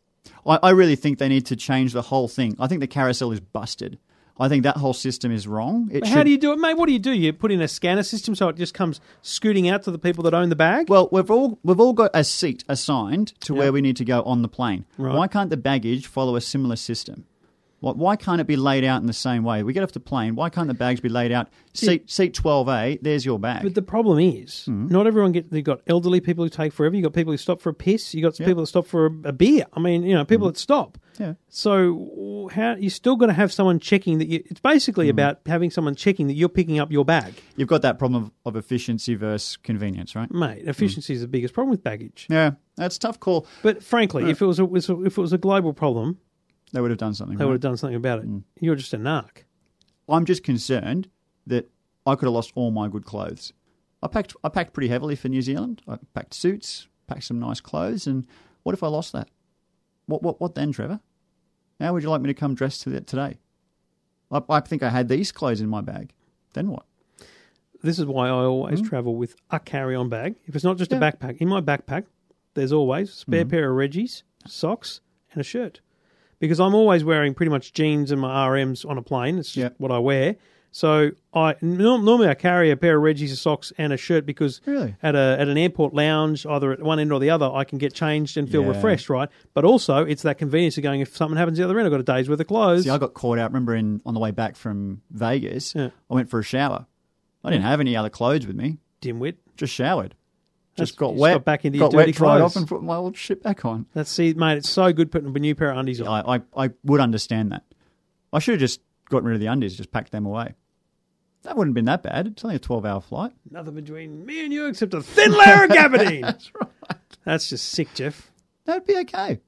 S5: I, I really think they need to change the whole thing. I think the carousel is busted. I think that whole system is wrong. It
S4: But
S5: should-
S4: how do you do it, mate? What do you do? You put in a scanner system so it just comes scooting out to the people that own the bag.
S5: Well, we've all we've all got a seat assigned to where we need to go on the plane. Why can't the baggage follow a similar system? Why, why can't it be laid out in the same way? We get off the plane. Why can't the bags be laid out? Seat seat twelve A. There's your bag.
S4: But the problem is,
S5: Mm-hmm.
S4: not everyone get. You've got elderly people who take forever. You've got people who stop for a piss. You've got people that stop for a, a beer. I mean, you know, people that stop.
S5: Mm-hmm. Yeah.
S4: So how you still got to have someone checking that you. It's basically
S5: Mm-hmm.
S4: about having someone checking that you're picking up your bag,
S5: You've got that problem of, of efficiency versus convenience, right?
S4: mate. Efficiency is the biggest problem with baggage.
S5: Mm-hmm. Yeah, that's a tough call.
S4: But frankly, if it was a, was a- if it was a global problem,
S5: They would have done something.
S4: they
S5: right? Mm.
S4: would have done something about it. You're just a narc.
S5: I'm just concerned that I could have lost all my good clothes. I packed I packed pretty heavily for New Zealand. I packed suits, packed some nice clothes, and what if I lost that? What what what then, Trevor? How would you like me to come dressed to that today? I, I think I had these clothes in my bag. Then what?
S4: This is why I always travel with a carry-on bag. If it's not just a
S5: Hmm. Yeah. Hmm.
S4: backpack, in my backpack, there's always a spare pair of Reggie's, socks, and a shirt, because I'm always wearing pretty much jeans and my RMs on a plane. It's just
S5: Yeah.
S4: what I wear. So I norm- normally I carry a pair of Reggie's, socks, and a shirt because
S5: Really?
S4: at a at an airport lounge, either at one end or the other, I can get changed and feel
S5: Yeah.
S4: refreshed, right? But also it's that convenience of going if something happens the other end, I've got a day's worth of clothes.
S5: See, I got caught out. Remember, in on the way back from Vegas,
S4: Yeah.
S5: I went for a shower. I didn't have any other clothes with me.
S4: Dimwit.
S5: Just showered. Just
S4: That's-
S5: got
S4: you just
S5: wet.
S4: got back into your
S5: got wet,
S4: dirty
S5: dried
S4: clothes.
S5: off, and put my old shit back on.
S4: That's see, mate. It's so good putting a new pair of undies on.
S5: I, I, I would understand that. I should have just gotten rid of the undies, just packed them away. That wouldn't have been that bad. It's only a 12 hour flight.
S4: Nothing between me and you except a thin layer of gabardine. That's right. That's just sick, Jeff.
S5: That'd be okay.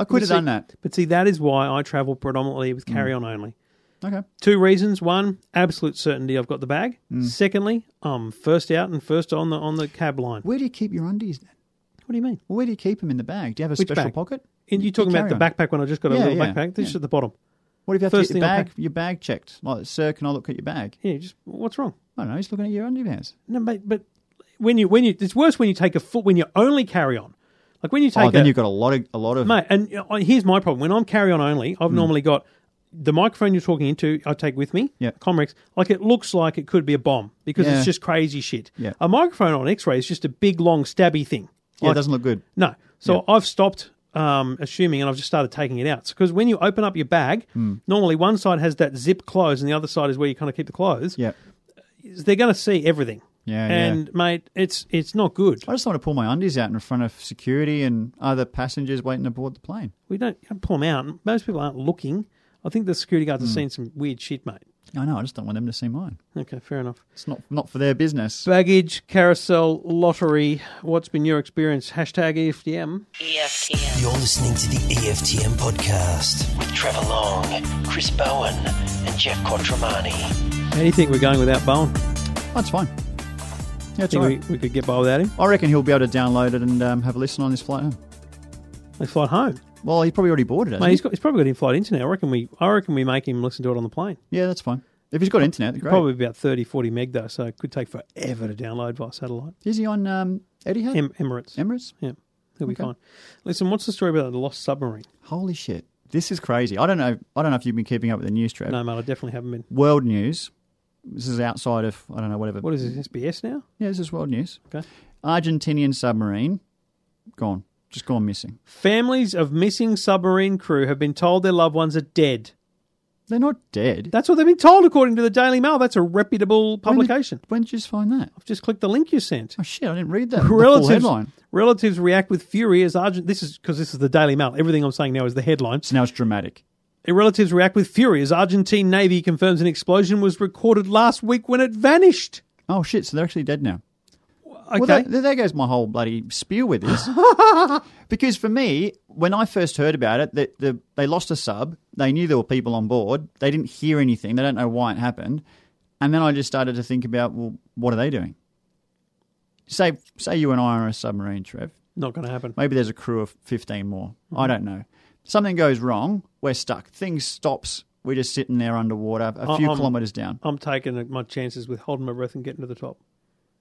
S5: I could have
S4: see-
S5: done that. Mm.
S4: But see, that is why I travel predominantly with carry on only.
S5: Okay.
S4: Two reasons. One, absolute certainty I've got the bag.
S5: Mm.
S4: Secondly, I'm first out and first on the on the cab line.
S5: Where do you keep your undies then?
S4: What do you mean?
S5: Well, where do you keep them in the bag? Do you have a
S4: Which
S5: special
S4: bag?
S5: pocket?
S4: And you're talking
S5: You
S4: about the
S5: carry on.
S4: backpack one I just got a
S5: Yeah,
S4: little
S5: yeah,
S4: backpack. This is
S5: yeah.
S4: at the bottom.
S5: What if you have
S4: First
S5: to
S4: thing
S5: get your
S4: I
S5: bag,
S4: pack-
S5: your bag checked? Like, sir, can I look at your bag?
S4: Yeah, just what's wrong?
S5: I don't know. He's looking at your underpants.
S4: No, but, but when you when you it's worse when you take a foot when you only carry on. Like when you take
S5: oh, then
S4: a,
S5: you've got a lot of a lot of.
S4: mate. And uh, here's my problem: when I'm carry on only,
S5: Hmm.
S4: I've normally got the microphone you're talking into. I take with me,
S5: Yeah.
S4: Comrex. Like it looks like it could be a bomb because
S5: Yeah.
S4: it's just crazy shit.
S5: Yeah.
S4: A microphone on X-ray is just a big long stabby thing.
S5: yeah,
S4: Like,
S5: it doesn't look good.
S4: No. So I've stopped um, assuming and I've just started taking it out. Because when you open up your bag,
S5: Hmm.
S4: normally one side has that zip close and the other side is where you kind of keep the clothes.
S5: Yeah,
S4: They're going to see everything.
S5: Yeah,
S4: And, mate, it's it's not good.
S5: I just want to pull my undies out in front of security and other passengers waiting to board the plane.
S4: We don't, you don't pull them out. Most people aren't looking. I think the security guards
S5: Hmm.
S4: have seen some weird shit, mate.
S5: I know. I just don't want them to see mine.
S4: Okay, fair enough.
S5: It's not not for their business.
S4: Baggage, carousel, lottery. What's been your experience? Hashtag EFDM.
S2: E EFTM.
S3: You're listening to the EFTM podcast with Trevor Long, Chris Bowen, and Jeff Quattromani.
S4: How do you think we're going without Bowen?
S5: That's fine. Yeah, it's
S4: Think
S5: all right.
S4: we, we could get by without him?
S5: I reckon he'll be able to download it and um, have a listen on his flight home.
S4: They fly home.
S5: Well, he probably already boarded it.
S4: Mate,
S5: hasn't
S4: he's, got, he's probably got in-flight internet. I reckon we, I reckon we make him listen to it on the plane.
S5: he? Yeah, that's fine. If he's got internet, great.
S4: Probably about 30, 40 meg though, so it could take forever to download via satellite.
S5: Is he on um, Etihad?
S4: Hmm. Em- Emirates,
S5: Emirates?
S4: yeah, he'll be
S5: Okay.
S4: fine. Listen, what's the story about the lost submarine?
S5: Holy shit! This is crazy. I don't know. I don't know if you've been keeping up with the news, Trev.
S4: No, mate, I definitely haven't been.
S5: World news. This is outside of I don't know whatever.
S4: What is this SBS now?
S5: Yeah, this is world news.
S4: Okay.
S5: Argentinian submarine gone, just gone missing.
S4: Families of missing submarine crew have been told their loved ones are dead.
S5: They're not dead.
S4: That's what they've been told, according to the Daily Mail. That's a reputable
S5: When did-
S4: publication.
S5: When did you just find that?
S4: I've just clicked the link you sent.
S5: Oh shit! I didn't read that. The full
S4: Relatives,
S5: headline.
S4: relatives react with fury as Argent. This is because this is the Daily Mail. Everything I'm saying now is the headline.
S5: So now it's dramatic.
S4: Relatives react with fury as Argentine Navy confirms an explosion was recorded last week when it vanished.
S5: Oh shit! So they're actually dead now.
S4: Okay.
S5: Well, that, there goes my whole bloody spiel with this. because for me, when I first heard about it, that the, they lost a sub. They knew there were people on board. They didn't hear anything. They don't know why it happened. And then I just started to think about, well, what are they doing? Say, say you and I are on a submarine, Trev.
S4: Not going to happen.
S5: Maybe there's a crew of 15 more. I don't know. Something goes wrong. We're stuck. Things stops. We're just sitting there underwater, a few
S4: I'm-
S5: kilometers down.
S4: I'm taking my chances with holding my breath and getting to the top.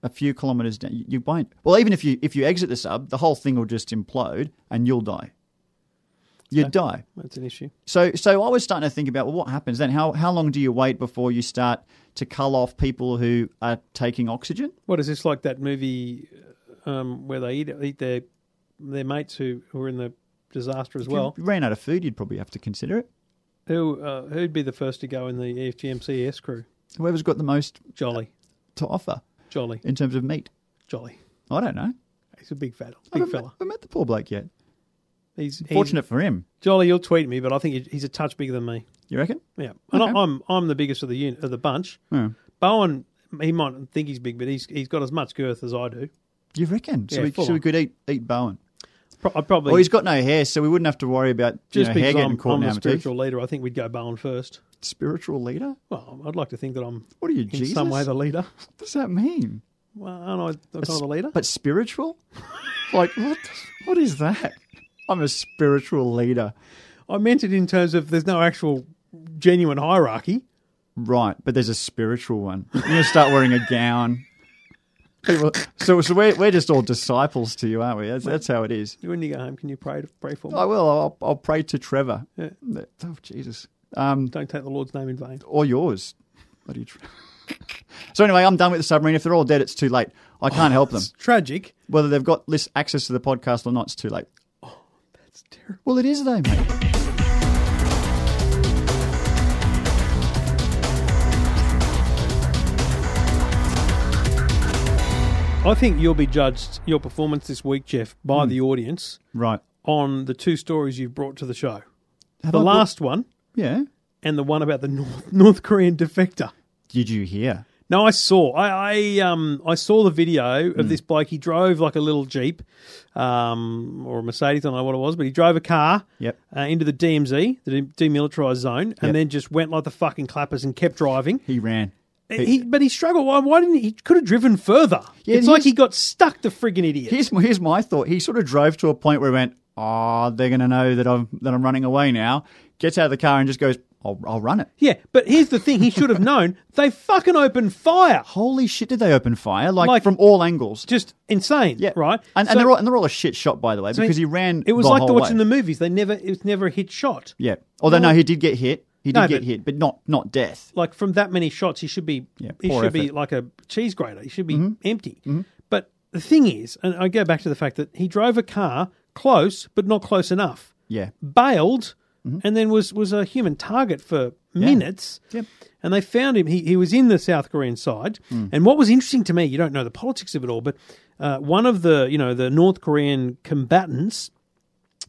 S5: a few kilometers down, you, you won't. Well, even if you if you exit the sub, the whole thing will just implode and you'll die. You'd die.
S4: That's an issue.
S5: So so I was starting to think about well, what happens then? How how long do you wait before you start to cull off people who are taking oxygen?
S4: What is this like that movie um, where they eat, eat their their mates who, who were in the disaster as well?
S5: if you ran out of food, you'd probably have to consider it.
S4: Who uh, who'd be the first to go in the EFTM CES crew?
S5: Whoever's got the most
S4: Jolly,
S5: to offer
S4: jolly,
S5: in terms of meat,
S4: jolly. I
S5: I don't know.
S4: He's a big fella,
S5: I
S4: big
S5: haven't,
S4: fella.
S5: haven't met the poor bloke yet.
S4: He's, he's
S5: Fortunate for him,
S4: Jolly, you'll tweet me, but I think he- he's a touch bigger than me.
S5: you reckon? Hmm.
S4: Yeah, and
S5: Okay.
S4: I, I'm I'm the biggest of the unit, of the bunch.
S5: Yeah.
S4: Bowen, he might think he's big, but he's he's got as much girth as I do.
S5: You reckon? So,
S4: Yeah,
S5: we,
S4: full
S5: so we
S4: on.
S5: could eat eat Bowen.
S4: Pro- I probably
S5: Well, he's got no hair, so we wouldn't have to worry about you
S4: just
S5: know, hair
S4: because
S5: getting
S4: I'm,
S5: caught
S4: I'm
S5: in
S4: a
S5: our teeth.
S4: spiritual leader. I think we'd go Bowen first.
S5: spiritual leader?
S4: Well, I'd like to think that I'm
S5: What are you,
S4: in
S5: Jesus?
S4: some way the leader.
S5: what does that mean?
S4: Well, aren't I the kind of the leader?
S5: But spiritual? like what? What is that? I'm a spiritual leader,
S4: I meant it in terms of there's no actual genuine hierarchy.
S5: right? But there's a spiritual one. You're gonna start wearing a gown. People, so, so we're we're just all disciples to you, aren't we? That's, that's how it is.
S4: When you go home, can you pray to pray for me?
S5: I will. I'll, I'll pray to Trevor.
S4: Yeah.
S5: Oh Jesus. Um,
S4: Don't take the Lord's name in vain.
S5: or yours. Bloody Tre- so anyway, I'm done with the submarine. If they're all dead, it's too late. I can't help them.
S4: It's tragic.
S5: Whether they've got less access to the podcast or not, it's too late.
S4: It's Oh, terrible.
S5: Well, it is though, mate.
S4: I think you'll be judged your performance this week, Jeff, by
S5: Hmm.
S4: the audience
S5: Right.
S4: on the two stories you've brought to the show.
S5: Have
S4: the
S5: I brought-
S4: last one
S5: Yeah.
S4: and the one about the North, North Korean defector.
S5: Did you hear?
S4: No, I saw. I, I um I saw the video
S5: Hmm.
S4: of this bloke. He drove like a little jeep, um, or a Mercedes. I don't know what it was, but he drove a car.
S5: Yep.
S4: Uh, into the DMZ, the de- demilitarized zone, and
S5: Yep.
S4: then just went like the fucking clappers and kept driving.
S5: He ran.
S4: He, but he struggled. Why, why didn't he? He could have driven further.
S5: Yeah,
S4: it's
S5: and
S4: like
S5: here's-
S4: he got stuck, the friggin' idiot.
S5: Here's here's my thought. He sort of drove to a point where he went, "Oh, they're going to know that I'm that I'm running away now." Gets out of the car and just goes, "I'll, I'll run it."
S4: Yeah, but here's the thing he should have known they fucking opened fire.
S5: Holy shit! Did they open fire like,
S4: Like-
S5: from all angles?
S4: Just insane.
S5: Yeah,
S4: Right?
S5: And,
S4: So-
S5: and they're all and they're all a shit shot by the way
S4: I mean,
S5: because he ran.
S4: It was
S5: the
S4: like
S5: whole
S4: the watch
S5: way.
S4: in the movies. They never, it was never a hit shot.
S5: Yeah. Although no, he did get hit. He did
S4: No,
S5: get
S4: but-
S5: hit, but not not death.
S4: Like from that many shots, he should be,
S5: Yeah,
S4: he
S5: poor
S4: should be
S5: effort. Mm-hmm.
S4: like a cheese grater. He should be empty. But the thing is, and I go back to the fact that he drove a car close, but not close enough.
S5: Yeah.
S4: bailed and then was was a human target for minutes.
S5: Yep.
S4: And they found him. He, he was in the South Korean side. And what was interesting to me, you don't know the politics of it all, but uh, one of the you know the North Korean combatants,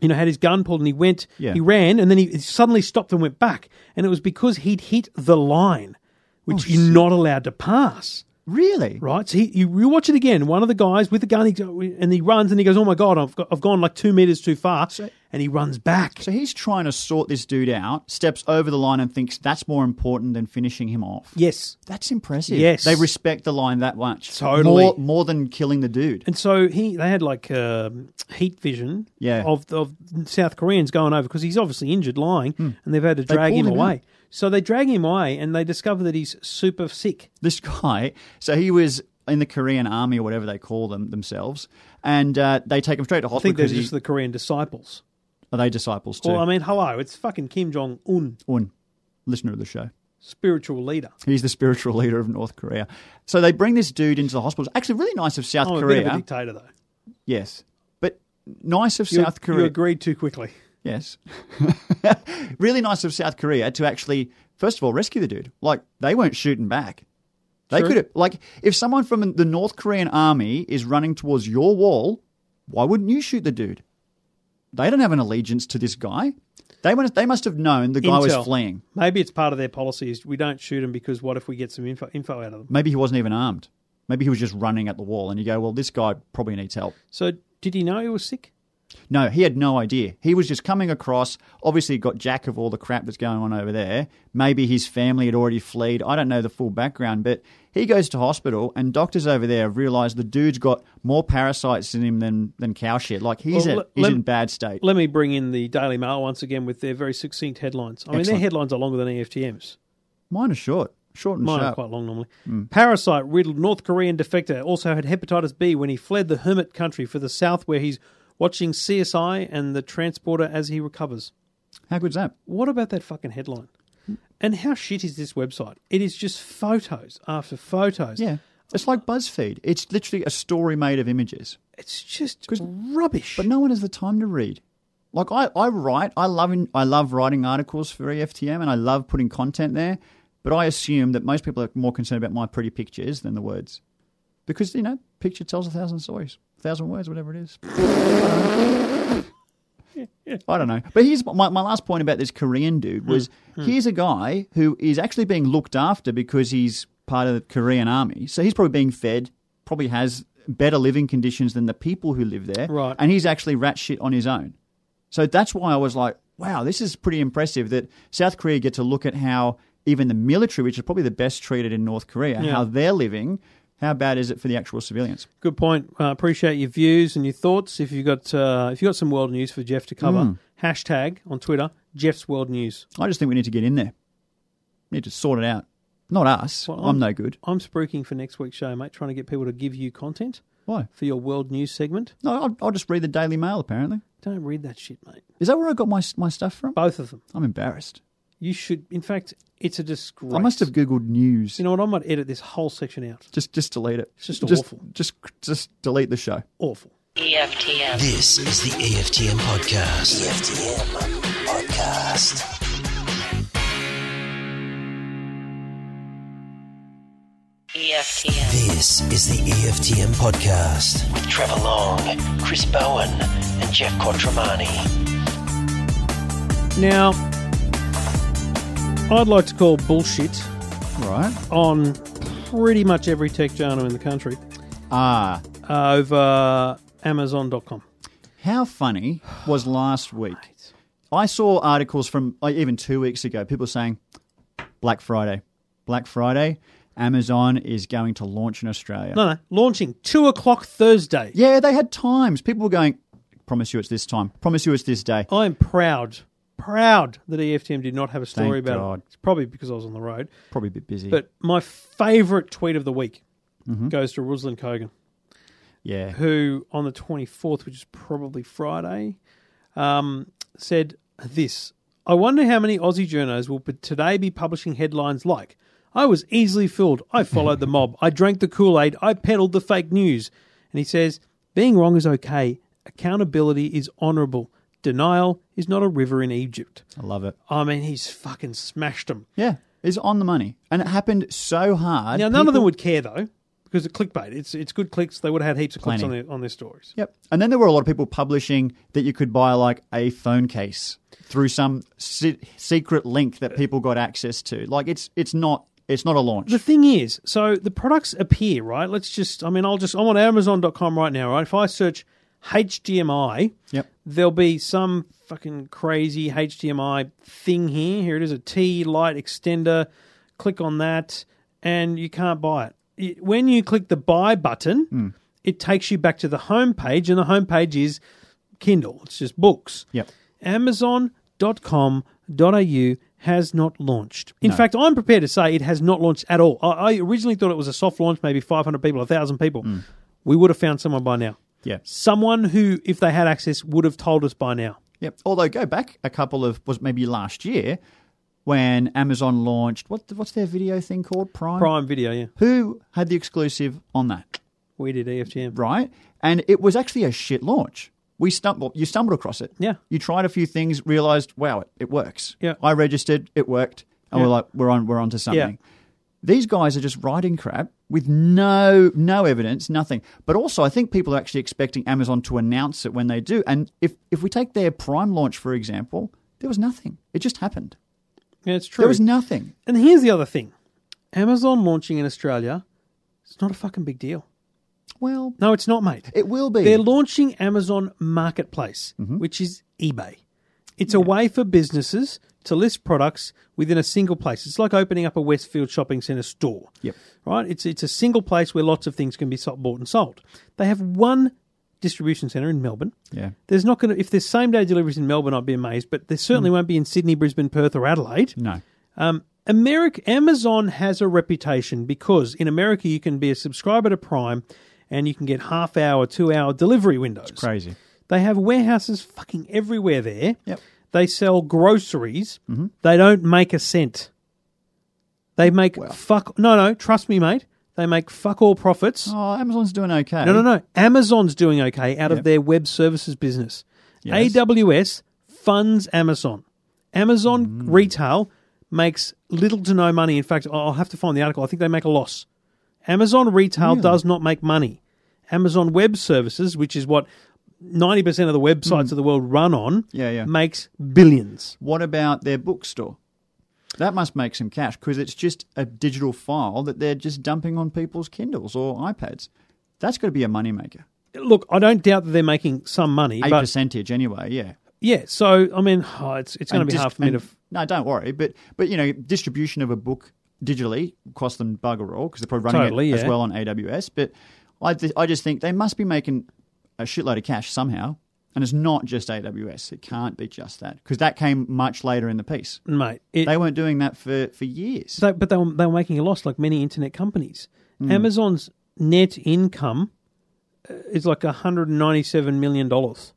S4: you know, had his gun pulled and he went,
S5: Yeah.
S4: he ran, and then he suddenly stopped and went back. And it was because he'd hit the line, which you're not allowed to pass.
S5: Really?
S4: Right, so he, you, you watch it again. One of the guys with the gun, he, go- and he runs, and he goes, "Oh my god, I've, got, I've gone like two meters too far," and he runs back.
S5: So he's trying to sort this dude out, steps over the line and thinks that's more important than finishing him off.
S4: Yes.
S5: That's impressive.
S4: Yes.
S5: They respect the line that much.
S4: Totally.
S5: More, more than killing the dude.
S4: And so he, they had like um heat vision
S5: Yeah.
S4: of, of South Koreans going over because he's obviously injured, lying, and they've had to drag
S5: Hmm.
S4: him
S5: pulled him
S4: away.
S5: out.
S4: So they drag him away, and they discover that he's super sick.
S5: this guy, so he was in the Korean army or whatever they call them themselves, and uh, they take him straight to
S4: I think
S5: hospital
S4: they're
S5: because he,
S4: just the Korean disciples.
S5: are they disciples too?
S4: Well, I mean, hello, it's fucking Kim Jong Un,
S5: Un, listener of the show.
S4: spiritual leader.
S5: He's the spiritual leader of North Korea. So they bring this dude into the hospital. Actually, really nice of South
S4: I'm Oh, a bit
S5: Korea.
S4: of a dictator, though.
S5: yes. But nice of
S4: You-
S5: South
S4: You
S5: Korea.
S4: agreed too quickly.
S5: Yes. really nice of South Korea to actually, first of all, rescue the dude. Like, they weren't shooting back. They
S4: True.
S5: could have, like, if someone from the North Korean army is running towards your wall, why wouldn't you shoot the dude? They don't have an allegiance to this guy. They, must- they must have known the guy
S4: Intel.
S5: was fleeing.
S4: Maybe it's part of their policy is we don't shoot him because what if we get some info, info out of them?
S5: Maybe he wasn't even armed. Maybe he was just running at the wall, and you go, well, this guy probably needs help.
S4: So did he know he was sick?
S5: No, he had no idea. He was just coming across. Obviously, got jack of all the crap that's going on over there. Maybe his family had already fled. I don't know the full background, but he goes to hospital, and doctors over there have realised the dude's got more parasites in him than than cow shit. Like he's
S4: Well,
S5: a,
S4: le-
S5: he's
S4: lem-
S5: in bad state.
S4: Let me bring in the Daily Mail once again with their very succinct headlines. I mean, their
S5: Excellent.
S4: headlines are longer than E EFTM's.
S5: Mine are short, short and
S4: Mine are
S5: sharp.
S4: quite long normally. Parasite riddled North Korean defector also had hepatitis B when he fled the hermit country for the south, where he's watching CSI and the transporter as he recovers.
S5: How good's that?
S4: What about that fucking headline? And how shit is this website? It is just photos after photos.
S5: Yeah, it's like BuzzFeed. It's literally a story made of images.
S4: It's just rubbish.
S5: But no one has the time to read. Like I, I write, I love in, I love writing articles for E EFTM, and I love putting content there. But I assume that most people are more concerned about my pretty pictures than the words, because you know, picture tells a thousand stories, a thousand words, whatever it is. I don't know. But here's my, my last point about this Korean dude was here's a guy who is actually being looked after because he's part of the Korean army. So he's probably being fed, probably has better living conditions than the people who live there.
S4: Right.
S5: And he's actually rat shit on his own. So that's why I was like, wow, this is pretty impressive that South Korea get to look at how even the military, which is probably the best treated in North Korea,
S4: Yeah.
S5: how they're living. How bad is it for the actual civilians?
S4: Good point. Uh, appreciate your views and your thoughts. If you've got uh, if you've got some world news for Jeff to cover,
S5: Hmm.
S4: hashtag on Twitter Jeff's World News.
S5: I just think we need to get in there. We need to sort it out. Not us.
S4: Well,
S5: I'm no good.
S4: I'm spruiking for next week's show, mate. Trying to get people to give you content
S5: Why?
S4: for your world news segment.
S5: No, I'll, I'll just read the Daily Mail, apparently.
S4: Don't read that shit, mate.
S5: Is that where I got my, my stuff from?
S4: Both of them.
S5: I'm embarrassed.
S4: You should. In fact, it's a disgrace.
S5: I must have Googled news.
S4: You know what? I might edit this whole section out.
S5: just, just delete it. It's
S4: just awful.
S5: Just, just delete the show.
S4: Awful.
S2: E EFTM.
S3: This is the EFTM Podcast. EFTM Podcast.
S2: E EFTM.
S3: This is the EFTM Podcast with Trevor Long, Chris Bowen, and Jeff Quattromani.
S4: Now, I'd like to call bullshit
S5: Right.
S4: on pretty much every tech journal in the country uh,
S5: Ah,
S4: over Amazon.com.
S5: how funny was last week? I saw articles from like, even two weeks ago, people saying Black Friday, Black Friday. Amazon is going to launch in Australia.
S4: No, no, launching two o'clock Thursday.
S5: Yeah, they had times. People were going, promise you it's this time. Promise you it's this day.
S4: I am proud, proud that E EFTM did not have a story
S5: Thank
S4: about
S5: God.
S4: it. It's probably because I was on the road.
S5: Probably a bit busy.
S4: But my favourite tweet of the week
S5: Mm-hmm.
S4: goes to Ruslan Kogan,
S5: yeah.
S4: who on the 24th, which is probably Friday, um, said this I wonder how many Aussie journos will p- today be publishing headlines like, I was easily fooled. I followed the mob. I drank the Kool Aid. I peddled the fake news. And he says, Being wrong is okay. Accountability is honourable. Denial is not a river in Egypt.
S5: I love it.
S4: I mean, he's fucking smashed them.
S5: Yeah. It's on the money. And it happened so hard.
S4: Now, none of them
S5: People-
S4: would care though, because of clickbait. It's it's good clicks. They would have had heaps of clicks on
S5: Plenty.
S4: their on their stories.
S5: Yep. And then there were a lot of people publishing that you could buy like a phone case through some se- secret link that people got access to. Like it's it's not it's not a launch.
S4: The thing is, so the products appear, right? Let's just, I mean, I'll just, I'm on Amazon.com right now, right? If I search HDMI,
S5: Yep.
S4: there'll be some fucking crazy HDMI thing here. Here it is, a T light extender. Click on that, and you can't buy it. it when you click the buy button, it takes you back to the home page, and the home page is Kindle. It's just books.
S5: Yep.
S4: Amazon.com.au has not launched. In fact, I'm prepared to say it has not launched at all. I, I originally thought it was a soft launch, maybe 500 people, 1,000 people.
S5: Mm.
S4: We would have found someone by now
S5: Yeah.
S4: someone who, if they had access, would have told us by now.
S5: Yep. Although go back a couple of was maybe last year when Amazon launched what what's their video thing called Prime?
S4: Prime Video, yeah,
S5: Who had the exclusive on that?
S4: we did E EFTM.
S5: Right? And it was actually a shit launch. We stumbled you stumbled across it.
S4: Yeah.
S5: You tried a few things, realized, wow, it, it works.
S4: Yeah.
S5: I registered, it worked. And we're like, we're on we're on to something. These guys are just writing crap with no no evidence, nothing. But also I think people are actually expecting Amazon to announce it when they do. And if if we take their prime launch, for example, there was nothing. It just happened.
S4: Yeah, it's true.
S5: There was nothing.
S4: and here's the other thing: Amazon launching in Australia, it's not a fucking big deal.
S5: Well,
S4: No, it's not, mate.
S5: it will be.
S4: They're launching Amazon Marketplace, which is eBay. It's a way for businesses to list products within a single place. It's like opening up a Westfield shopping centre store.
S5: Yep.
S4: Right? It's it's a single place where lots of things can be so- bought and sold. They have one distribution centre in Melbourne.
S5: Yeah.
S4: There's not going to if there's same day deliveries in Melbourne, I'd be amazed, but there certainly won't be in Sydney, Brisbane, Perth, or Adelaide.
S5: No.
S4: Um, America, Amazon has a reputation because in America you can be a subscriber to Prime, and you can get half hour, two hour delivery windows.
S5: Crazy.
S4: They have warehouses fucking everywhere there.
S5: Yep. Mm-hmm.
S4: They sell groceries. They don't make a cent. They make fuck. No, no. Trust me, mate. They make fuck all profits.
S5: Oh, Amazon's doing okay.
S4: No, no, no. Amazon's doing okay out of their web services business.
S5: Yes.
S4: AWS funds Amazon. Amazon
S5: Mm.
S4: retail makes little to no money. In fact, I'll I'll have to find the article. I think they make a loss. Amazon retail does not make money. Amazon Web Services, which is what 90% of the websites of the world run on,
S5: Hmm. Yeah, yeah.
S4: makes billions.
S5: What about their bookstore? That must make some cash because it's just a digital file that they're just dumping on people's Kindles or iPads. That's got to be a moneymaker.
S4: Look, I don't doubt that they're making some money,
S5: A
S4: but
S5: percentage anyway, yeah.
S4: yeah. So, I mean, oh, it's it's going to
S5: And
S4: be
S5: dis-
S4: hard for me
S5: and-
S4: to f-
S5: No, don't worry. But, but you know, distribution of a book digitally costs them bugger all because they're probably running
S4: Totally,
S5: it as
S4: yeah.
S5: well on AWS. But I, th- I just think they must be making a shitload of cash somehow. And it's not just AWS. It can't be just that because that came much later in the piece.
S4: mate. It,
S5: They weren't doing that for, for years.
S4: So, but they were, they were making a loss, like many internet companies. Amazon's net income uh, is like 197 million dollars,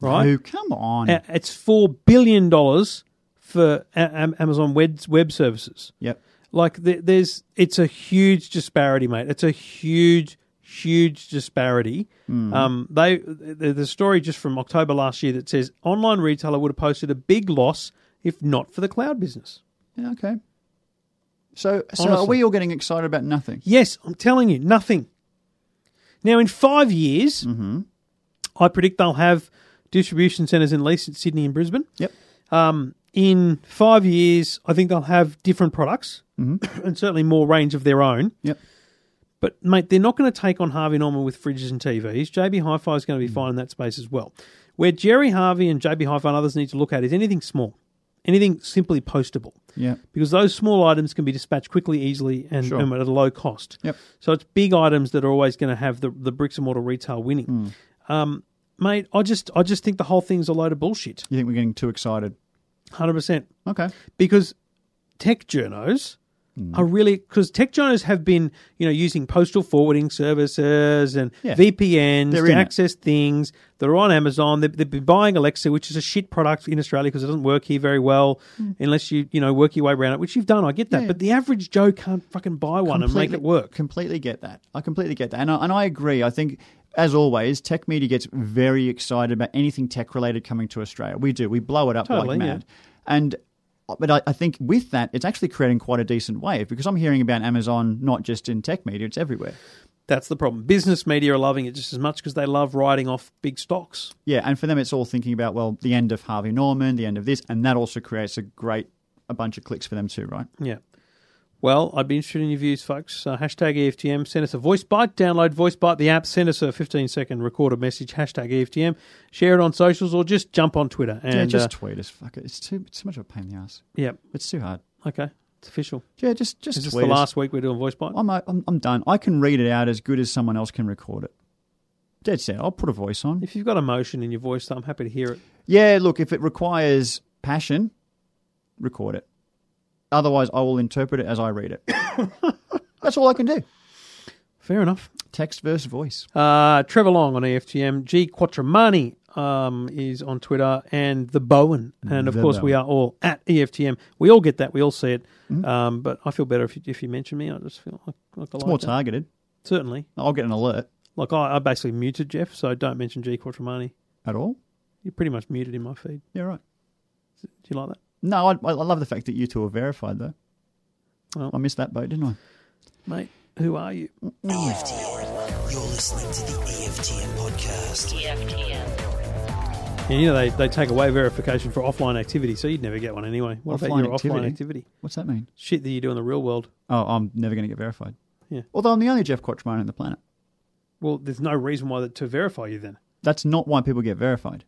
S4: right?
S5: Oh, come on.
S4: A- It's four billion dollars for A- Am- Amazon web web services.
S5: Yep.
S4: Like the- there's, it's a huge disparity, mate. It's a huge, huge disparity. Um, they the, the story just from October last year that says online retailer would have posted a big loss if not for the cloud business.
S5: Yeah, okay. So, so are
S4: Honestly.
S5: we all getting excited about nothing?
S4: Yes, I'm telling you, nothing. Now, in five years,
S5: Mm-hmm.
S4: I predict they'll have distribution centres in least Sydney and Brisbane.
S5: Yep.
S4: Um, in five years, I think they'll have different products and certainly more range of their own.
S5: Mm-hmm. Yep.
S4: But, mate, they're not going to take on Harvey Norman with fridges and TVs. JB Hi Fi is
S5: Mm-hmm.
S4: going to be fine in that space as well. Where Jerry Harvey and JB Hi Fi and others need to look at is anything small, anything simply postable
S5: Yeah.
S4: because those small items can be dispatched quickly, easily, and,
S5: Sure.
S4: and at a low cost.
S5: Yep.
S4: So it's big items that are always going to have the, the bricks and mortar retail winning.
S5: Hmm.
S4: Um, mate, I just I just think the whole thing's a load of bullshit.
S5: You think we're getting too excited?
S4: Hundred percent
S5: Okay.
S4: because tech journos
S5: Hmm.
S4: are really because tech journos have been you know using postal forwarding services and
S5: Yeah.
S4: VPNs
S5: They're
S4: to
S5: in it.
S4: access things. They're on Amazon. They've, they've been buying Alexa, which is a shit product in Australia because it doesn't work here very well unless you you know work your way around it, which you've done. I get that,
S5: Hmm. Yeah.
S4: but the average Joe can't fucking buy one and make it work.
S5: Completely get that. I completely get that, and I, and I agree. I think, as always, tech media gets very excited about anything tech related coming to Australia. We do. We blow it up
S4: Totally,
S5: like
S4: yeah.
S5: mad, and. But I, I think with that, it's actually creating quite a decent wave because I'm hearing about Amazon not just in tech media; it's everywhere.
S4: That's the problem. Business media are loving it just as much because they love writing off big stocks.
S5: Yeah, and for them, it's all thinking about well, the end of Harvey Norman, the end of this, and that also creates a great a bunch of clicks for them too, right?
S4: Yeah. Well, I'd be interested in your views, folks. Uh, hashtag EFTM. Send us a voice bite. Download voice bite the app. Send us a 15 second recorded message. Hashtag E EFTM. Share it on socials or just jump on Twitter. And,
S5: yeah, just
S4: uh,
S5: tweet us. Fuck it, it's too it's too much of a pain in the ass.
S4: yeah.
S5: It's too hard.
S4: Okay. It's official.
S5: Yeah, just just
S4: Is this
S5: tweet
S4: the
S5: us.
S4: last week we're doing voice bite?
S5: I'm, I'm I'm done. I can read it out as good as someone else can record it. Dead set. I'll put a voice on.
S4: If you've got emotion in your voice, I'm happy to hear it.
S5: Yeah, look, if it requires passion, record it. Otherwise, I will interpret it as I read it. That's all I can do.
S4: Fair enough.
S5: Text versus voice.
S4: Uh, Trevor Long on EFTM. G Quattromani um, is on Twitter and The Bowen. And of
S5: The
S4: course, we
S5: Bowen. Mm-hmm.
S4: are all at E EFTM. We all get that. We all see it. Um, but I feel better if you, if you mention me. I just feel like, like I
S5: It's
S4: like
S5: more
S4: that.
S5: targeted.
S4: Certainly.
S5: I'll get an alert
S4: Like I, I basically muted Jeff, so don't mention G Quattromani.
S5: at all.
S4: You pretty much muted in my feed.
S5: Yeah, right.
S4: Do you like that?
S5: No, I, I love the fact that you two are verified though.
S4: Well-
S5: I missed that boat, didn't I?
S4: Mate, who are you?
S3: EFTM. You're listening to the E EFTM podcast.
S2: E EFTM.
S4: And you know they, they take away verification for offline activity, so you'd never get one anyway. What about
S5: Offline
S4: your offline
S5: activity?
S4: activity?
S5: What's that mean?
S4: Shit that you do in the real world.
S5: Oh, I'm never going to get verified.
S4: Yeah.
S5: Although I'm the only Jeff Quattromano on the planet.
S4: Well, there's no reason why that, to verify you then.
S5: That's not why people get verified.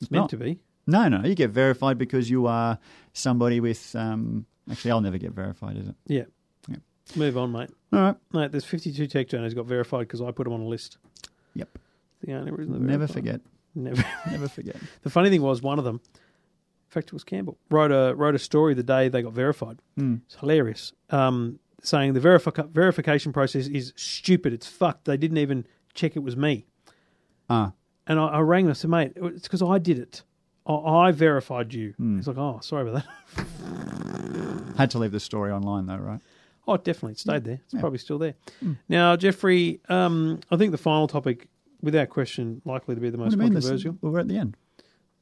S4: It's meant
S5: not.
S4: to be.
S5: No, no, you get verified because you are somebody with. Um, actually, I'll never get verified, is it?
S4: Yeah.
S5: Yeah.
S4: Move on, mate.
S5: All right.
S4: Mate, there's 52 tech journals got verified because I put them on a list.
S5: Yep.
S4: The only reason they're
S5: Never
S4: verified.
S5: forget.
S4: Never.
S5: Never forget.
S4: The funny thing was, one of them, in fact, it was Campbell, wrote a wrote a story the day they got verified.
S5: Mm.
S4: It's hilarious. Um, saying the verifi- verification process is stupid. It's fucked. They didn't even check it was me.
S5: Ah,
S4: And I, I rang them. I said, mate, it's because I did it. I, I verified you.
S5: Mm.
S4: He's like, oh, sorry about that.
S5: had to leave the story online though, right?
S4: Oh, definitely. It stayed there. It's probably still there.
S5: Hmm.
S4: Now, Jeffrey, um, I think the final topic, without question, likely to be the
S5: What
S4: most
S5: do you mean? This-
S4: controversial.
S5: well, we're at the end.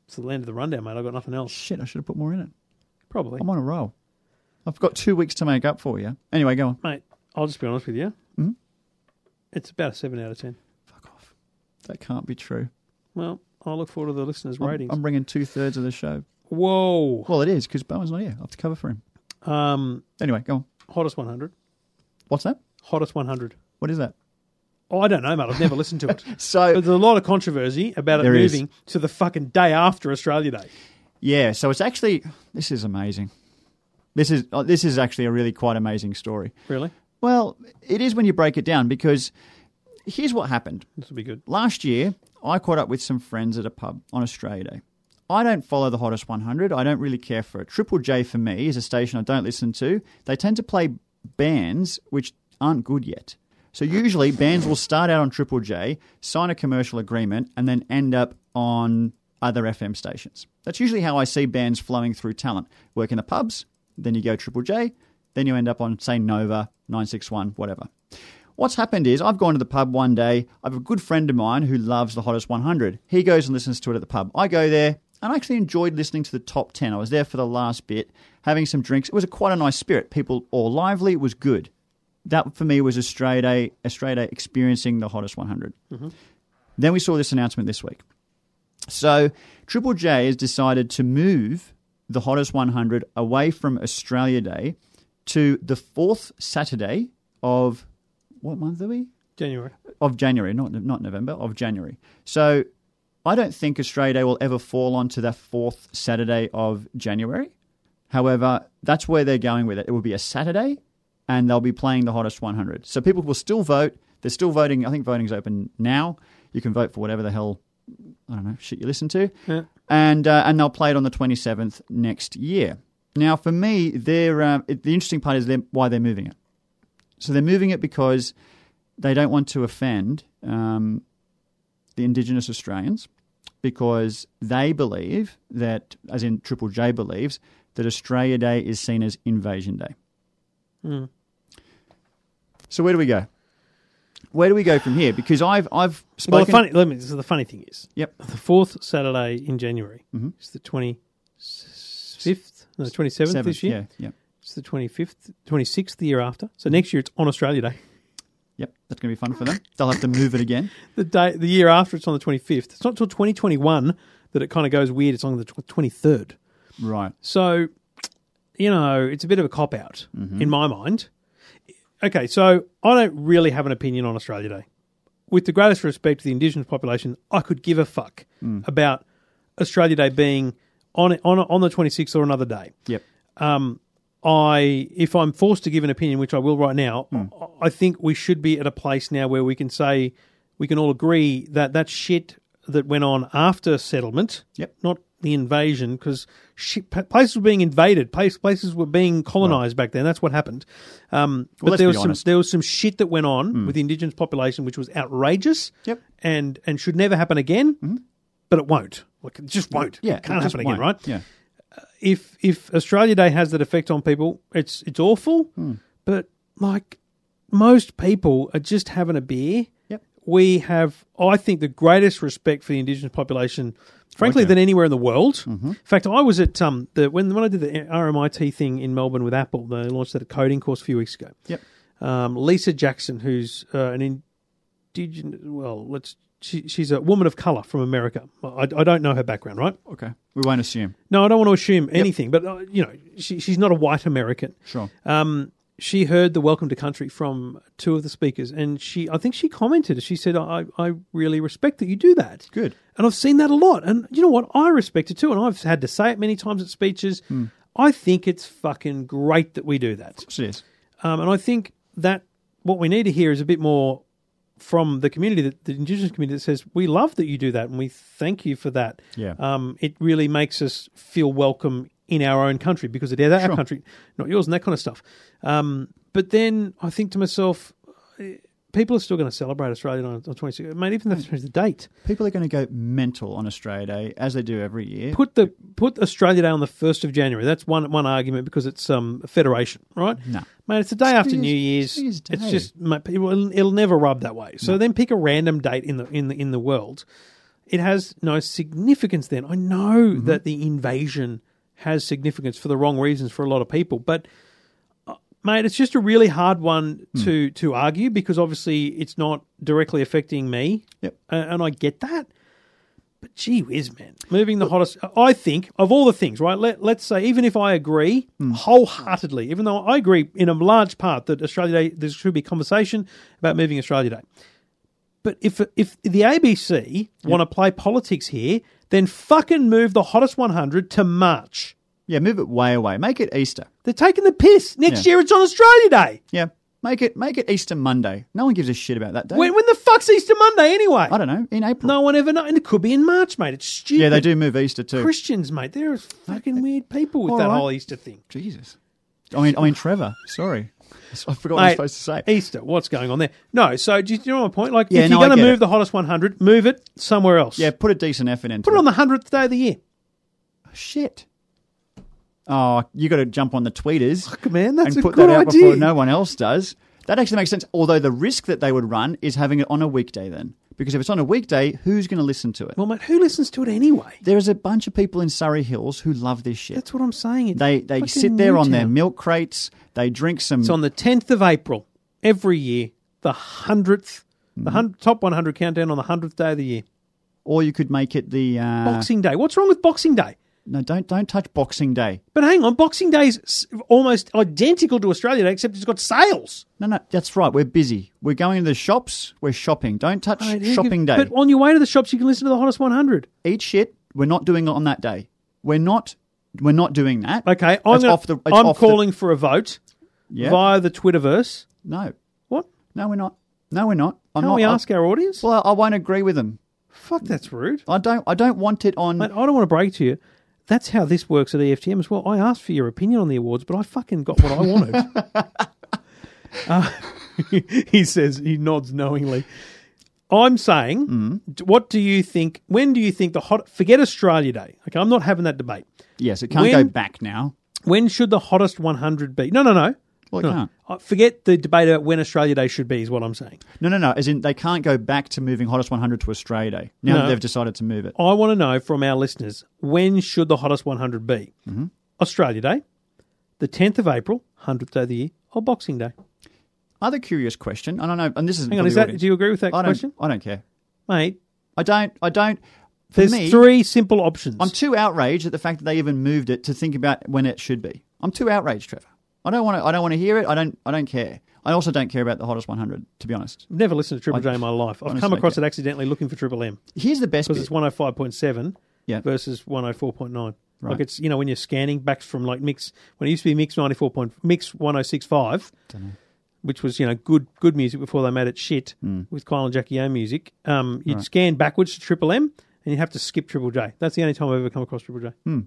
S4: It's the land of the rundown, mate. I've got nothing else.
S5: Shit, I should have put more in it.
S4: Probably.
S5: I'm on a roll. I've got two weeks to make up for you. Anyway, go on.
S4: Mate, I'll just be honest with you.
S5: Hmm?
S4: It's about a 7 out of 10.
S5: Fuck off. That can't be true.
S4: Well, I look forward to the listeners'
S5: I'm-
S4: ratings.
S5: I'm bringing two thirds of the show.
S4: Whoa.
S5: Well, it is because Bowen's not here. I have to cover for him.
S4: Um,
S5: Anyway, go on.
S4: hottest 100.
S5: What's that?
S4: Hottest 100.
S5: What is that?
S4: Oh, I don't know, mate. I've never listened to it.
S5: So
S4: But there's a lot of controversy about it
S5: There is.
S4: moving to the fucking day after Australia Day.
S5: yeah, so it's actually this is amazing. This is oh, this is actually a really quite amazing story.
S4: Really?
S5: Well, it is when you break it down because here's what happened.
S4: This will be good.
S5: Last year, I caught up with some friends at a pub on Australia Day. I don't follow the hottest 100. I don't really care for it. Triple J for me is a station I don't listen to. They tend to play bands which aren't good yet. So usually bands will start out on Triple J, sign a commercial agreement, and then end up on other FM stations. That's usually how I see bands flowing through talent. Work in the pubs, then you go Triple J, then you end up on, say, Nova, 961, whatever. What's happened is I've gone to the pub one day. I have a good friend of mine who loves the hottest 100. He goes and listens to it at the pub. I go there and I actually enjoyed listening to the top 10. I was there for the last bit, having some drinks. It was a, quite a nice spirit. People all lively. It was good. That for me was Australia Day, Australia Day experiencing the hottest 100. Then we saw this announcement this week. So Triple J has decided to move the hottest 100 away from Australia Day to the fourth Saturday of what month are we?
S4: January.
S5: of January, not not November, of January. So I don't think Australia Day will ever fall onto the fourth Saturday of January. However, that's where they're going with it. It will be a Saturday, and they'll be playing the hottest 100. So people will still vote. They're still voting. I think voting's open now. You can vote for whatever the hell I don't know shit you listen to, and uh, and they'll play it on the 27th next year. Now, for me, they're, um, it, the interesting part is they're, why they're moving it. So they're moving it because they don't want to offend um, the Indigenous Australians because they believe that, as in Triple J believes, that Australia Day is seen as Invasion Day.
S4: Hmm.
S5: So where do we go? Where do we go from here? Because I've I've
S4: Well, the
S5: spoken.
S4: funny, let me, so the funny thing is,
S5: yep.
S4: the fourth Saturday in January
S5: Mm-hmm.
S4: It's the 25th, no, 27th
S5: Seventh,
S4: this year.
S5: yeah, yeah,
S4: It's the 25th, 26th the year after. So next year it's on Australia Day.
S5: yep. That's going to be fun for them. They'll have to move it again.
S4: The day, the year after it's on the 25th. It's not till 2021 that it kind of goes weird. It's on the tw- 23rd.
S5: Right.
S4: So, you know, it's a bit of a cop out in my mind. Okay, so I don't really have an opinion on Australia Day. With the greatest respect to the Indigenous population, I could give a fuck about Australia Day being on on on the 26th or another day.
S5: Yep.
S4: Um, I, if I'm forced to give an opinion, which I will right now,
S5: Hmm.
S4: I- I think we should be at a place now where we can say we can all agree that that shit that went on after settlement,
S5: Yep.
S4: not the invasion, because places were being invaded, place, places were being colonized back then. That's what happened. Um, but
S5: Well, let's
S4: there
S5: be
S4: was some
S5: honest. Hmm.
S4: there was some shit that went on with the indigenous population, which was outrageous.
S5: Yep. Mm-hmm.
S4: and and should never happen again. But it won't. Like, it just won't.
S5: Yeah.
S4: it can't
S5: just
S4: happen again,
S5: won't.
S4: right?
S5: Yeah.
S4: if if Australia Day has that effect on people, it's it's awful.
S5: Hmm.
S4: But like most people are just having a beer.
S5: Yep.
S4: We have, I think, the greatest respect for the Indigenous population, frankly, than anywhere in the world.
S5: Mm-hmm.
S4: In fact, I was at um the when when I did the RMIT thing in Melbourne with Apple, they launched that coding course a few weeks ago.
S5: Yep.
S4: Um, Lisa Jackson, who's uh, an indigenous, well, let's she, she's a woman of color from America. I, I don't know her background, right?
S5: Okay. We won't assume.
S4: No, I don't want to assume anything, but uh, you know, she, she's not a white American.
S5: Sure.
S4: Um, she heard the welcome to country from two of the speakers, and she, I think, she commented. She said, "I, I really respect that you do that."
S5: Good.
S4: and I've seen that a lot, and you know what? I respect it too, and I've had to say it many times at speeches. I think it's fucking great that we do that.
S5: So yes.
S4: Um, and I think that what we need to hear is a bit more from the community, that, the Indigenous community, that says, we love that you do that and we thank you for that.
S5: Yeah.
S4: Um, it really makes us feel welcome in our own country because it is our country, not yours, and that kind of stuff. Um, but then I think to myself, eh, people are still going to celebrate Australia Day on the 26th. Mate, even if they change the date,
S5: People are going to go mental on Australia Day as they do every year.
S4: put the put Australia Day on the 1st of January. That's one one argument because it's um, a federation, right?
S5: No.
S4: Mate, it's the day after
S5: New
S4: New Year's.
S5: Year's- New Year's Day.
S4: It's just mate, people- it'll, it'll never rub that way. So then pick a random date in the in the in the world. It has no significance. Then I know
S5: Mm-hmm.
S4: that the invasion has significance for the wrong reasons for a lot of people, but uh, mate, it's just a really hard one
S5: Hmm.
S4: to to argue because obviously it's not directly affecting me,
S5: Yep.
S4: uh, and I get that. But gee whiz, man, moving the hottest. I think of all the things, right? Let, let's say, even if I agree
S5: Hmm.
S4: wholeheartedly, even though I agree in a large part that Australia Day, there should be conversation about moving Australia Day. But if if the ABC want to play politics here, then fucking move the hottest 100 to March.
S5: Yeah, move it way away. Make it Easter.
S4: They're taking the piss. Next
S5: Yeah.
S4: year it's on Australia Day.
S5: Yeah, make it make it Easter Monday. No one gives a shit about that day.
S4: When, when the fuck's Easter Monday anyway?
S5: I don't know. In April.
S4: No one ever knows. And it could be in March, mate. It's stupid.
S5: Yeah, they do move Easter too.
S4: Christians, mate, they're fucking weird people with
S5: All
S4: that
S5: right.
S4: whole Easter thing.
S5: Jesus. I mean, I mean Trevor. Sorry, I forgot what I was
S4: Mate,
S5: supposed to say.
S4: Easter. What's going on there? No. So do you, do you know my point? Like,
S5: Yeah,
S4: if
S5: no,
S4: you're
S5: I
S4: going to
S5: get
S4: move
S5: it.
S4: the hottest 100, move it somewhere else.
S5: Yeah, put a decent effort into
S4: Put it on the hundredth day of the year.
S5: shit. Oh, you got to jump on the tweeters,
S4: man, that's
S5: and
S4: a
S5: put
S4: good
S5: that out
S4: idea.
S5: before no one else does. That actually makes sense. Although the risk that they would run is having it on a weekday then, because if it's on a weekday, who's going to listen to it?
S4: Well, mate, who listens to it anyway?
S5: There is a bunch of people in Surrey Hills who love this shit.
S4: That's what I'm saying. It's
S5: They they
S4: fucking
S5: sit there on their
S4: Newtown.
S5: milk crates. They drink some.
S4: It's on the tenth of April every year. The hundredth,
S5: Mm.
S4: the hun- top 100 countdown on the hundredth day of the year.
S5: or you could make it the uh,
S4: Boxing Day. What's wrong with Boxing Day?
S5: no, don't don't touch Boxing Day.
S4: But hang on, Boxing Day's s- almost identical to Australia Day, except it's got sales.
S5: No, no, that's right. We're busy. We're going to the shops. We're shopping. Don't touch shopping day.
S4: But on your way to the shops, you can listen to the hottest 100.
S5: Eat shit. We're not doing it on that day. We're not. We're not doing that.
S4: Okay, I'm,
S5: That's
S4: gonna-
S5: off the- it's
S4: I'm
S5: off the-
S4: calling for a vote
S5: Yeah.
S4: via the Twitterverse.
S5: no,
S4: What?
S5: no, we're not. No, we're not. I'm
S4: Can't
S5: not.
S4: we
S5: I-
S4: ask our audience?
S5: well, I won't agree with them.
S4: Fuck, that's rude.
S5: I don't. I don't want it on.
S4: Mate, I don't want to break to you. That's how this works at E EFTM as well. I asked for your opinion on the awards, but I fucking got what I wanted. Uh, he says, he nods knowingly. I'm saying,
S5: Mm.
S4: d- what do you think? When do you think the hot, forget Australia Day. Okay, I'm not having that debate.
S5: yes, it can't
S4: when-
S5: go back now.
S4: When should the hottest 100 be? No, no, no.
S5: Well, it
S4: No, no.
S5: can't.
S4: Uh, Forget the debate about when Australia Day should be, is what I'm saying.
S5: No, no, no. As in, they can't go back to moving hottest 100 to Australia Day. Now
S4: No.
S5: that they've decided to move it.
S4: I want to know from our listeners when should the hottest 100 be?
S5: Mm-hmm.
S4: Australia Day, the 10th of April, 100th day of the year, or Boxing Day?
S5: Other curious question. I don't know. And this is
S4: Hang on, is that, do you agree with that
S5: I don't.
S4: question?
S5: I don't care.
S4: Mate,
S5: I don't. I don't. For
S4: there's
S5: me,
S4: three simple options.
S5: I'm too outraged at the fact that they even moved it to think about when it should be. I'm too outraged, Trevor. I don't want to. I don't want to hear it. I don't. I don't care. I also don't care about the hottest 100. To be honest,
S4: I've never listened to Triple J in my life. I've come
S5: honestly,
S4: across it accidentally looking for Triple M
S5: here's the best
S4: because
S5: bit.
S4: it's 105.7
S5: Yeah.
S4: versus 104.9. Like
S5: Right.
S4: it's, you know, when you're scanning back from like mix, when it used to be mix 94. Point, mix 106.5. Which was you know good good music before they made it shit
S5: Hmm.
S4: with Kyle and Jackie O music. Um, you'd scan backwards to Triple M and you have to skip Triple J. That's the only time I've ever come across Triple J.
S5: Hmm.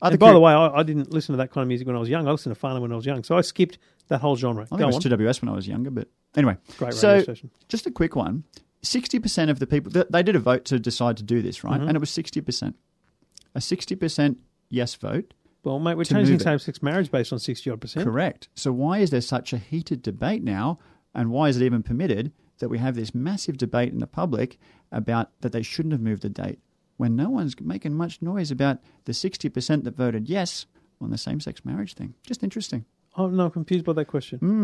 S5: Other
S4: And by
S5: curi-
S4: the way, I, I didn't listen to that kind of music when I was young. I listened to Farnham when I was young, so I skipped that whole genre.
S5: I
S4: Go
S5: think
S4: on.
S5: it was 2WS when I was younger, but anyway.
S4: Great
S5: so,
S4: radio station.
S5: Just a quick one. 60% of the people, th- they did a vote to decide to do this,
S4: Mm-hmm.
S5: right? And it was 60%. A 60% yes vote.
S4: Well, mate, we're
S5: to
S4: changing
S5: move it.
S4: same-sex marriage based on sixty odd percent.
S5: Correct. So why is there such a heated debate now? And why is it even permitted that we have this massive debate in the public about that they shouldn't have moved the date when no one's making much noise about the 60% that voted yes on the same sex marriage thing? Just interesting.
S4: Oh no, I'm confused by that question. No, I'm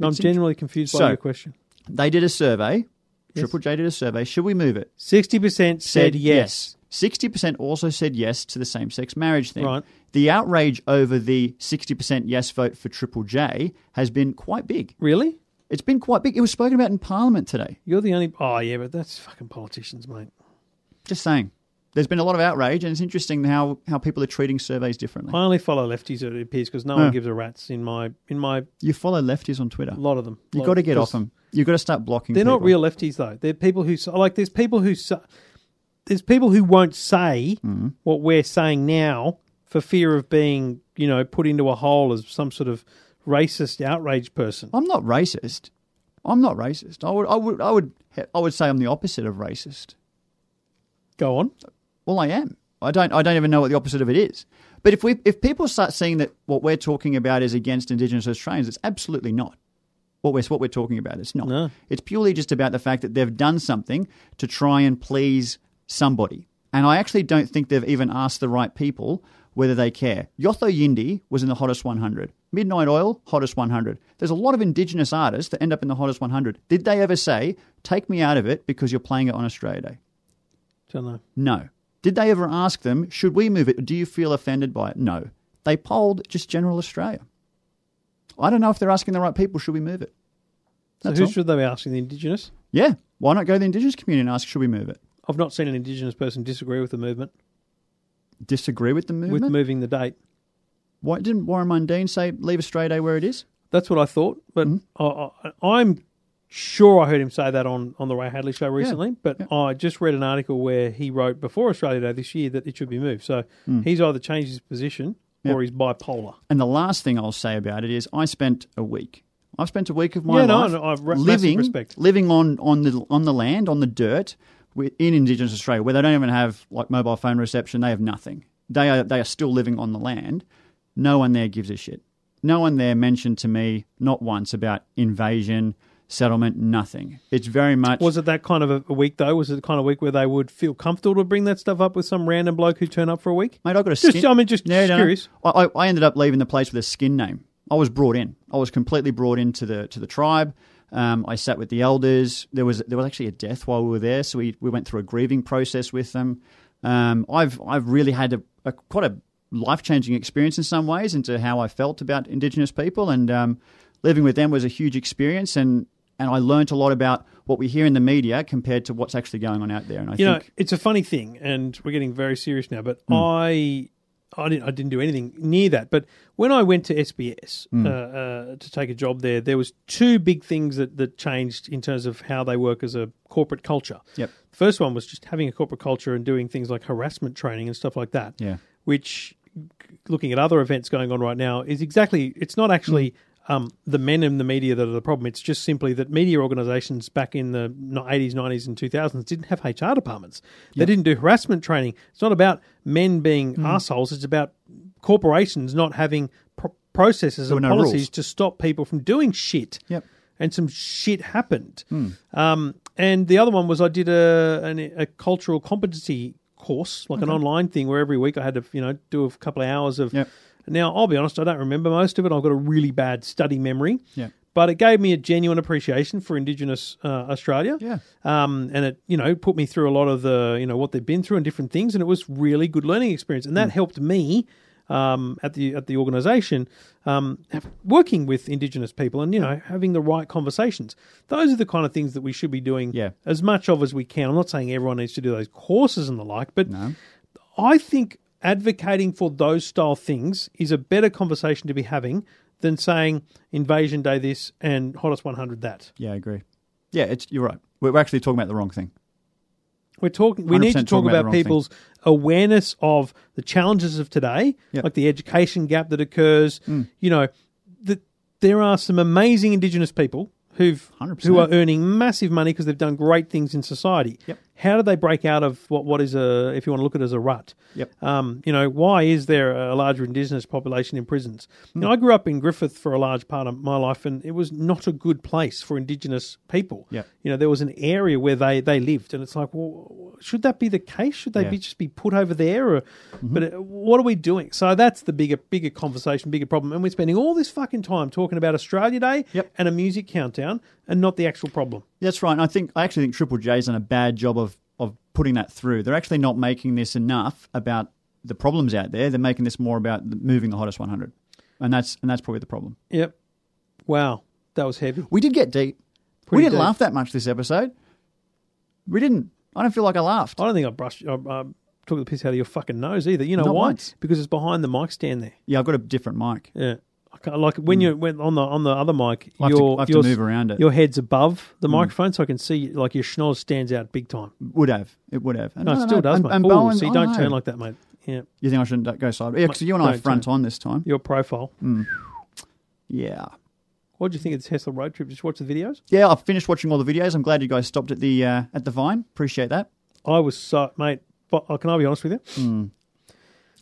S5: Hmm. It's int-
S4: genuinely confused by
S5: So-
S4: your question.
S5: They did a survey. Triple J did a survey. Should we move it?
S4: Sixty percent said yes.
S5: Sixty percent also said yes to the same-sex marriage thing.
S4: Right.
S5: The outrage over the sixty percent yes vote for Triple J has been quite big.
S4: Really?
S5: It's been quite big. It was spoken about in Parliament today.
S4: You're the only. Oh yeah, but that's fucking politicians, mate.
S5: Just saying, there's been a lot of outrage, and it's interesting how how people are treating surveys differently.
S4: I only follow lefties, it appears, because no one gives a rat's in my in my
S5: You follow lefties on Twitter.
S4: lot of them.
S5: You
S4: Lot-
S5: got to get off
S4: 'cause
S5: them. You got to start blocking.
S4: They're not
S5: people.
S4: real lefties though. They're people who s- like. There's people who s- there's people who won't say
S5: Mm-hmm.
S4: what we're saying now for fear of being you know put into a hole as some sort of racist outrage person.
S5: I'm not racist. I'm not racist. I would I would I would I would say I'm the opposite of racist.
S4: Go on.
S5: Well, I am. I don't. I don't even know what the opposite of it is. But if we, if people start seeing that what we're talking about is against Indigenous Australians, it's absolutely not. What we're what we're talking about, it's not.
S4: No.
S5: It's purely just about the fact that they've done something to try and please somebody. And I actually don't think they've even asked the right people whether they care. Yotho Yindi was in the hottest 100. Midnight Oil, hottest 100. There's a lot of Indigenous artists that end up in the hottest 100. Did they ever say, "Take me out of it because you're playing it on Australia Day"?
S4: Don't know.
S5: No. Did they ever ask them, should we move it? Do you feel offended by it? No. They polled just general Australia. I don't know if they're asking the right people, should we move it?
S4: So
S5: That's
S4: who
S5: all.
S4: should they be asking? The Indigenous?
S5: Yeah. Why not go to the Indigenous community and ask, should we move it?
S4: I've not seen an Indigenous person disagree with the movement,
S5: Disagree with the movement?
S4: with moving the date.
S5: Why didn't Warren Mundine say, leave Australia Day where it is?
S4: That's what I thought, but
S5: Mm-hmm.
S4: I, I, I'm sure I heard him say that on, on the Ray Hadley show recently. But I just read an article where he wrote before Australia Day this year that it should be moved. So
S5: Mm.
S4: he's either changed his position or he's bipolar.
S5: And the last thing I'll say about it is, I spent a week. I've spent a week of my
S4: Yeah, no,
S5: life
S4: no, I've re- massive
S5: living,
S4: respect.
S5: living on, on the on the land, on the dirt, wi- in Indigenous Australia, where they don't even have like mobile phone reception. They have nothing. They are they are still living on the land. No one there gives a shit. No one there mentioned to me not once about invasion, settlement, nothing. It's very much
S4: Was it that kind of a- a week though? Was it the kind of week where they would feel comfortable to bring that stuff up with some random bloke who turned up for a week?
S5: Mate, I got a
S4: Just-
S5: skin.
S4: I mean, just- just curious.
S5: I, I, I ended up leaving the place with a skin name. I was brought in. I was completely brought into the to the tribe. Um, I sat with the elders. There was there was actually a death while we were there, so we, we went through a grieving process with them. Um, I've I've really had a, a quite a life changing experience in some ways into how I felt about Indigenous people, and um, living with them was a huge experience, and and I learnt a lot about what we hear in the media compared to what's actually going on out there, and I
S4: You know,
S5: think. Hmm.
S4: it's a funny thing, and we're getting very serious now. But I, I didn't, I didn't do anything near that. But when I went to SBS
S5: Hmm.
S4: uh, uh, to take a job there, there was two big things that that changed in terms of how they work as a corporate culture.
S5: Yep.
S4: The first one was just having a corporate culture and doing things like harassment training and stuff like that.
S5: Yeah.
S4: Which, looking at other events going on right now, is exactly. It's not actually.
S5: Hmm.
S4: Um, the men in the media that are the problem. It's just simply that media organisations back in the eighties, nineties, and two thousands didn't have HR departments. They didn't do harassment training. It's not about men being
S5: Hmm.
S4: assholes. It's about corporations not having pro- processes and
S5: were no rules.
S4: policies to stop people from doing shit
S5: Yep. Hmm.
S4: and some shit happened. Um, and the other one was I did a an, a cultural competency course, like an online thing, where every week I had to you know do a couple of hours of.
S5: Yep.
S4: Now I'll be honest, I don't remember most of it. I've got a really bad study memory.
S5: Yeah.
S4: But it gave me a genuine appreciation for Indigenous uh, Australia.
S5: Yeah.
S4: Um, and it, you know, put me through a lot of the, you know, what they've been through and different things, and it was really good learning experience,
S5: Mm.
S4: and that helped me um, at the at the organisation um, have- working with Indigenous people, and you know, having the right conversations. Those are the kind of things that we should be doing
S5: Yeah.
S4: as much of as we can. I'm not saying everyone needs to do those courses and the like, but I think advocating for those style things is a better conversation to be having than saying Invasion Day this and Hottest 100 that.
S5: Yeah, I agree. Yeah, it's you're right. We're we're actually talking about the wrong thing.
S4: We're talking. We need to
S5: 100%
S4: talk
S5: talking
S4: about,
S5: about the wrong thing.
S4: people's awareness of the challenges of today,
S5: Yep. Mm.
S4: like the education gap that occurs. You know, that there are some amazing Indigenous people who've
S5: 100%.
S4: who are earning massive money because they've done great things in society.
S5: Yep.
S4: How do they break out of what what is a if you want to look at it as a rut?
S5: Yep.
S4: Um, you know, why is there a larger Indigenous population in prisons? You
S5: Mm.
S4: know, I grew up in Griffith for a large part of my life, and it was not a good place for Indigenous people.
S5: Yep.
S4: You know, there was an area where they, they lived, and it's like, well, should that be the case? Should they
S5: Yeah. Mm-hmm.
S4: be just be put over there? Or, But uh what are we doing? So that's the bigger bigger conversation, bigger problem, and we're spending all this fucking time talking about Australia Day
S5: Yep.
S4: and a music countdown, and not the actual problem.
S5: That's right. And I think I actually think Triple J's done a bad job of of putting that through. They're actually not making this enough about the problems out there. They're making this more about the, moving the hottest 100, and that's and that's probably the problem.
S4: Yep. Wow, that was heavy.
S5: We did get deep.
S4: Pretty
S5: we didn't
S4: deep.
S5: laugh that much this episode. We didn't. I don't feel like I laughed.
S4: I don't think I brushed. I, I took the piss out of your fucking nose either. You know
S5: Not
S4: why?
S5: once.
S4: Because it's behind the mic stand there.
S5: Yeah, I've got a different mic.
S4: Yeah. I can't, like when you went on the on the other mic,
S5: Hmm. I have to-
S4: your
S5: I have to
S4: your-
S5: move around it. Hmm.
S4: Your head's above the microphone, so I can see like your schnoz stands out big time.
S5: Would have. It would have.
S4: No, it still does, mate. Ooh, so you
S5: I
S4: don't
S5: know.
S4: turn like that, mate. Yeah,
S5: You think I shouldn't go sideways? Yeah, because you and I
S4: Don't
S5: are front on this time.
S4: your profile.
S5: Hmm. Yeah.
S4: What do you think of this Tesla road trip? Just watch the videos.
S5: Yeah, I've finished watching all the videos. I'm glad you guys stopped at the uh, at the Vine. Appreciate that.
S4: I was so mate. But oh, can I be honest with you?
S5: Hmm.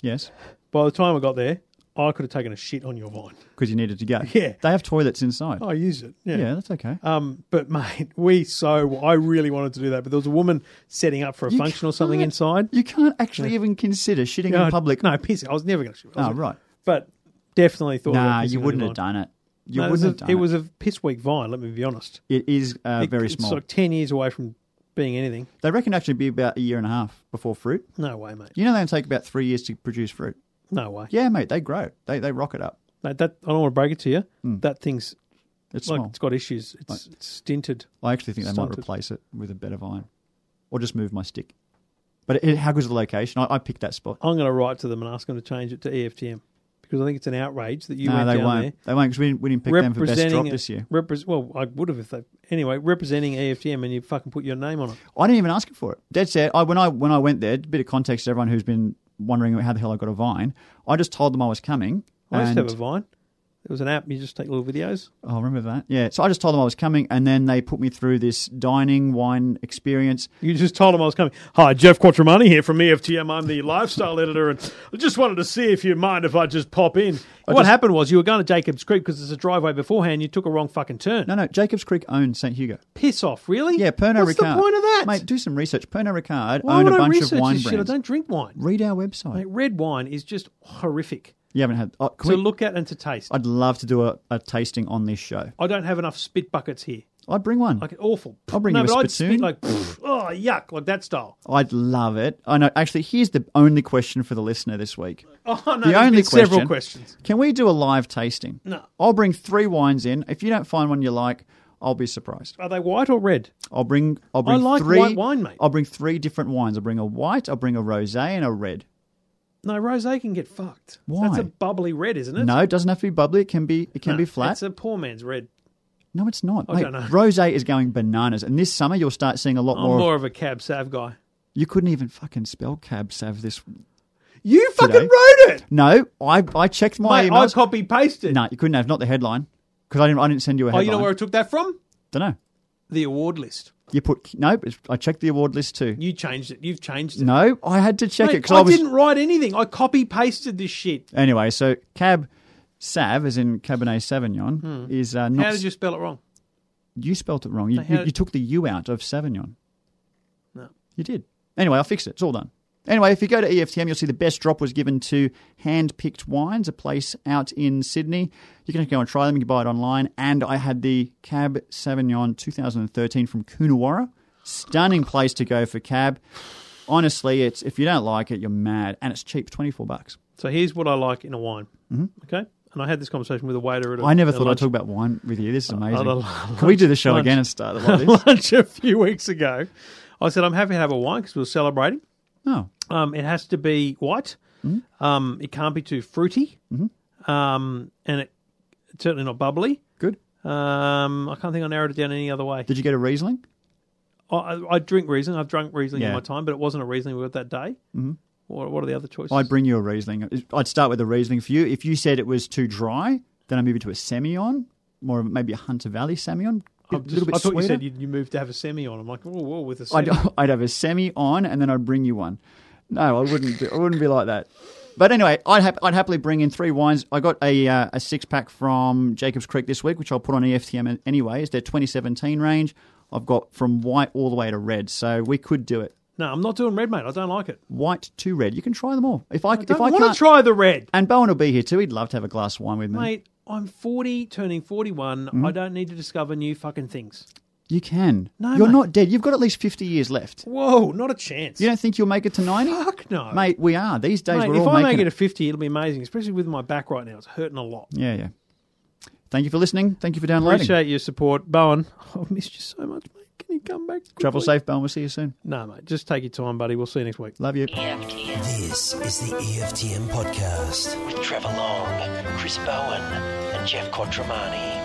S5: Yes,
S4: By the time I got there, I could have taken a shit on your vine.
S5: because you needed to go.
S4: Yeah. Oh,
S5: they have toilets inside.
S4: I use it.
S5: yeah, that's okay.
S4: Um, but mate, we so I really wanted to do that, but there was a woman setting up for a
S5: You
S4: function or something
S5: can't-
S4: inside.
S5: You can't actually even consider shitting
S4: No,
S5: in public.
S4: No, piss it. I was never going to shoot. I was
S5: Oh,
S4: like-
S5: right.
S4: But definitely thought.
S5: Nah,
S4: about pissing
S5: you
S4: on
S5: wouldn't
S4: your
S5: have
S4: vine.
S5: done it. You
S4: No, it was
S5: wouldn't
S4: a-
S5: have done
S4: it
S5: it.
S4: was a piss weak vine. Let me be honest.
S5: it is uh,
S4: It-
S5: very
S4: it's
S5: small.
S4: like ten years away from being anything.
S5: They reckon it'd actually be about a year and a half before fruit.
S4: No way, mate.
S5: You know they take about three years to produce fruit.
S4: No way.
S5: Yeah, mate, they grow. They they rock it up.
S4: Mate, that I don't want to break it to you. That thing's
S5: It's
S4: like
S5: Hmm. small.
S4: it's got issues. It's, it's stinted.
S5: I actually think they might
S4: stunted.
S5: replace it with a better vine, or just move my stick. But it, how good's the location? I, I picked that spot.
S4: I'm going to write to them and ask them to change it to E EFTM because I think it's an outrage that you
S5: no,
S4: went
S5: they
S4: down
S5: won't.
S4: there.
S5: They won't because we didn't, we didn't pick them for best drop this year.
S4: repres- well, I would have if they anyway representing E EFTM and you fucking put your name on it.
S5: I didn't even ask for it. Dead set. I when I when I went there, a bit of context to everyone who's been wondering how the hell I got a vine. I just told them I was coming.
S4: I used to
S5: and-
S4: have a Vine. There was an app. You just take little videos.
S5: Oh, remember that? Yeah. So I just told them I was coming, and then they put me through this dining wine experience.
S4: You just told him I was coming. Hi, Jeff Quattromani here from E EFTM. I'm the lifestyle editor, and I just wanted to see if you mind if I just pop in. what
S5: just-
S4: happened was you were going to Jacob's Creek because there's a driveway beforehand. You took a wrong fucking turn.
S5: No, no. Jacobs Creek owned St Hugo.
S4: Piss off, really?
S5: Yeah, Pernod
S4: What's
S5: Ricard.
S4: the point of that,
S5: mate? Do some research. Pernod Ricard
S4: Why
S5: owned
S4: would
S5: a
S4: I
S5: bunch
S4: research
S5: of wine
S4: this shit? I
S5: brands.
S4: don't drink wine.
S5: Read our website.
S4: Mate, red wine is just horrific
S5: You haven't had. Oh, can
S4: to
S5: we-
S4: look at and to taste. I,
S5: I'd love to do a, a tasting on this show.
S4: don't have enough spit buckets here.
S5: I'd bring one.
S4: Like awful.
S5: I'll bring
S4: no,
S5: you a
S4: but I'd
S5: spittoon.
S4: spit like. oh, oh yuck, like that style.
S5: I'd love it. I know. Actually, here's the only question for the listener this week.
S4: Oh no,
S5: the
S4: there's
S5: only
S4: been
S5: question,
S4: several questions.
S5: Can we do a live tasting?
S4: No.
S5: I'll bring three wines in. If you don't find one you like, I'll be surprised.
S4: Are they white or red?
S5: I'll bring. I'll bring
S4: like
S5: three
S4: white wine, mate.
S5: I'll bring three different wines. I'll bring a white. I'll bring a rosé and a red.
S4: No, rosé can get fucked.
S5: Why?
S4: That's a bubbly red, isn't it?
S5: No, it doesn't have to be bubbly. It can be. It can be flat.
S4: It's a poor man's red.
S5: no, it's not.
S4: I
S5: Mate,
S4: don't know.
S5: Rosé is going bananas, and this summer you'll start seeing a lot
S4: I'm
S5: more. of-
S4: more of a cab sav guy.
S5: you couldn't even fucking spell cab sav this.
S4: You fucking
S5: Today?
S4: wrote it.
S5: No, I I checked my
S4: Mate, I
S5: emails.
S4: copy pasted.
S5: no, you couldn't have. Not the headline because I didn't. I didn't send you
S4: oh,
S5: a headline.
S4: you know where I took that from?
S5: Don't know.
S4: The award list.
S5: You put nope. it's- I checked the award list too.
S4: You changed it. You've changed it.
S5: No, I had to check
S4: Mate,
S5: it because
S4: I,
S5: I, was
S4: didn't write anything. I copy pasted this shit.
S5: anyway. So cab sav, as in Cabernet Sauvignon, is uh, not.
S4: Hmm. How did you spell it wrong?
S5: you spelt it wrong. You,
S4: They had
S5: you,
S4: it-
S5: you took the U out of Sauvignon.
S4: No.
S5: You did. Anyway, I'll fix it. It's all done. Anyway, if you go to E EFTM, you'll see the best drop was given to Hand Picked Wines, a place out in Sydney. You can go and try them. You can buy it online. And I had the Cab Sauvignon 2013 from Coonawarra. Stunning place to go for cab. Honestly, it's if you don't like it, you're mad, and it's cheap, twenty four bucks.
S4: So here's what I like in a wine. Mm-hmm. Okay, and I had this conversation with a waiter at. a-
S5: I never
S4: at
S5: thought I'd
S4: lunch-
S5: talk about wine with you. This is amazing.
S4: I'll-
S5: Can we do the show
S4: lunch-
S5: again and start it like this?
S4: at lunch a few weeks ago. I said I'm happy to have a wine because we were celebrating.
S5: No.
S4: Um, it has to be white.
S5: Mm-hmm.
S4: Um, it can't be too fruity, um, and it, it's certainly not bubbly.
S5: Good.
S4: Um, I can't think I narrowed it down any other way.
S5: Did you get a Riesling?
S4: I, I- I drink Riesling. I've drunk Riesling in
S5: Yeah.
S4: my time, but it wasn't a Riesling we got that day. Mm-hmm. What, what are the other choices?
S5: I'd bring you a Riesling. I'd start with a Riesling for you. If you said it was too dry, then I move it to a Semillon, more of maybe a Hunter Valley Semillon. A
S4: I'm
S5: little
S4: just-
S5: bit
S4: I thought
S5: sweeter.
S4: you said you, you moved to have a semi on. I'm like, oh, whoa, whoa, with a semi.
S5: I'd, I'd have a semi on, and then I'd bring you one. No, I wouldn't. Be, I wouldn't be like that. But anyway, I'd, hap- I'd happily bring in three wines. I got a uh, a six pack from Jacobs Creek this week, which I'll put on E EFTM an- anyway. It's their 2017 range. I've got from white all the way to red, so we could do it.
S4: No, I'm not doing red, mate. I don't like it.
S5: White to red. You can try them all. If I,
S4: Don't
S5: if I
S4: want
S5: can't, Mm-hmm.
S4: to try the red,
S5: and Bowen will be here too. He'd love to have a glass of wine with me.
S4: mate. I'm 40, turning 41.
S5: Mm-hmm.
S4: I don't need to discover new fucking things.
S5: You can.
S4: No,
S5: You're
S4: mate.
S5: not dead. You've got at least 50 years left.
S4: Whoa, not a chance.
S5: You don't think you'll make it to 90?
S4: Fuck no,
S5: Mate, we are. These days
S4: Mate,
S5: we're
S4: if
S5: all
S4: I
S5: making
S4: make it a 50, it'll be amazing, especially with my back right now. It's hurting a lot.
S5: Yeah, yeah. Thank you for listening. Thank you for downloading.
S4: Appreciate your support. Bowen, I've missed you so much, mate. Can you come back?
S5: Travel
S4: quickly?
S5: safe, Bowen. We'll see you soon.
S4: No, mate. Just take your time, buddy. We'll see you next week.
S5: Love
S2: E
S5: you.
S2: EFTM.
S3: This is the E EFTM podcast with Trevor Long, Chris Bowen, and Jeff Quattromani.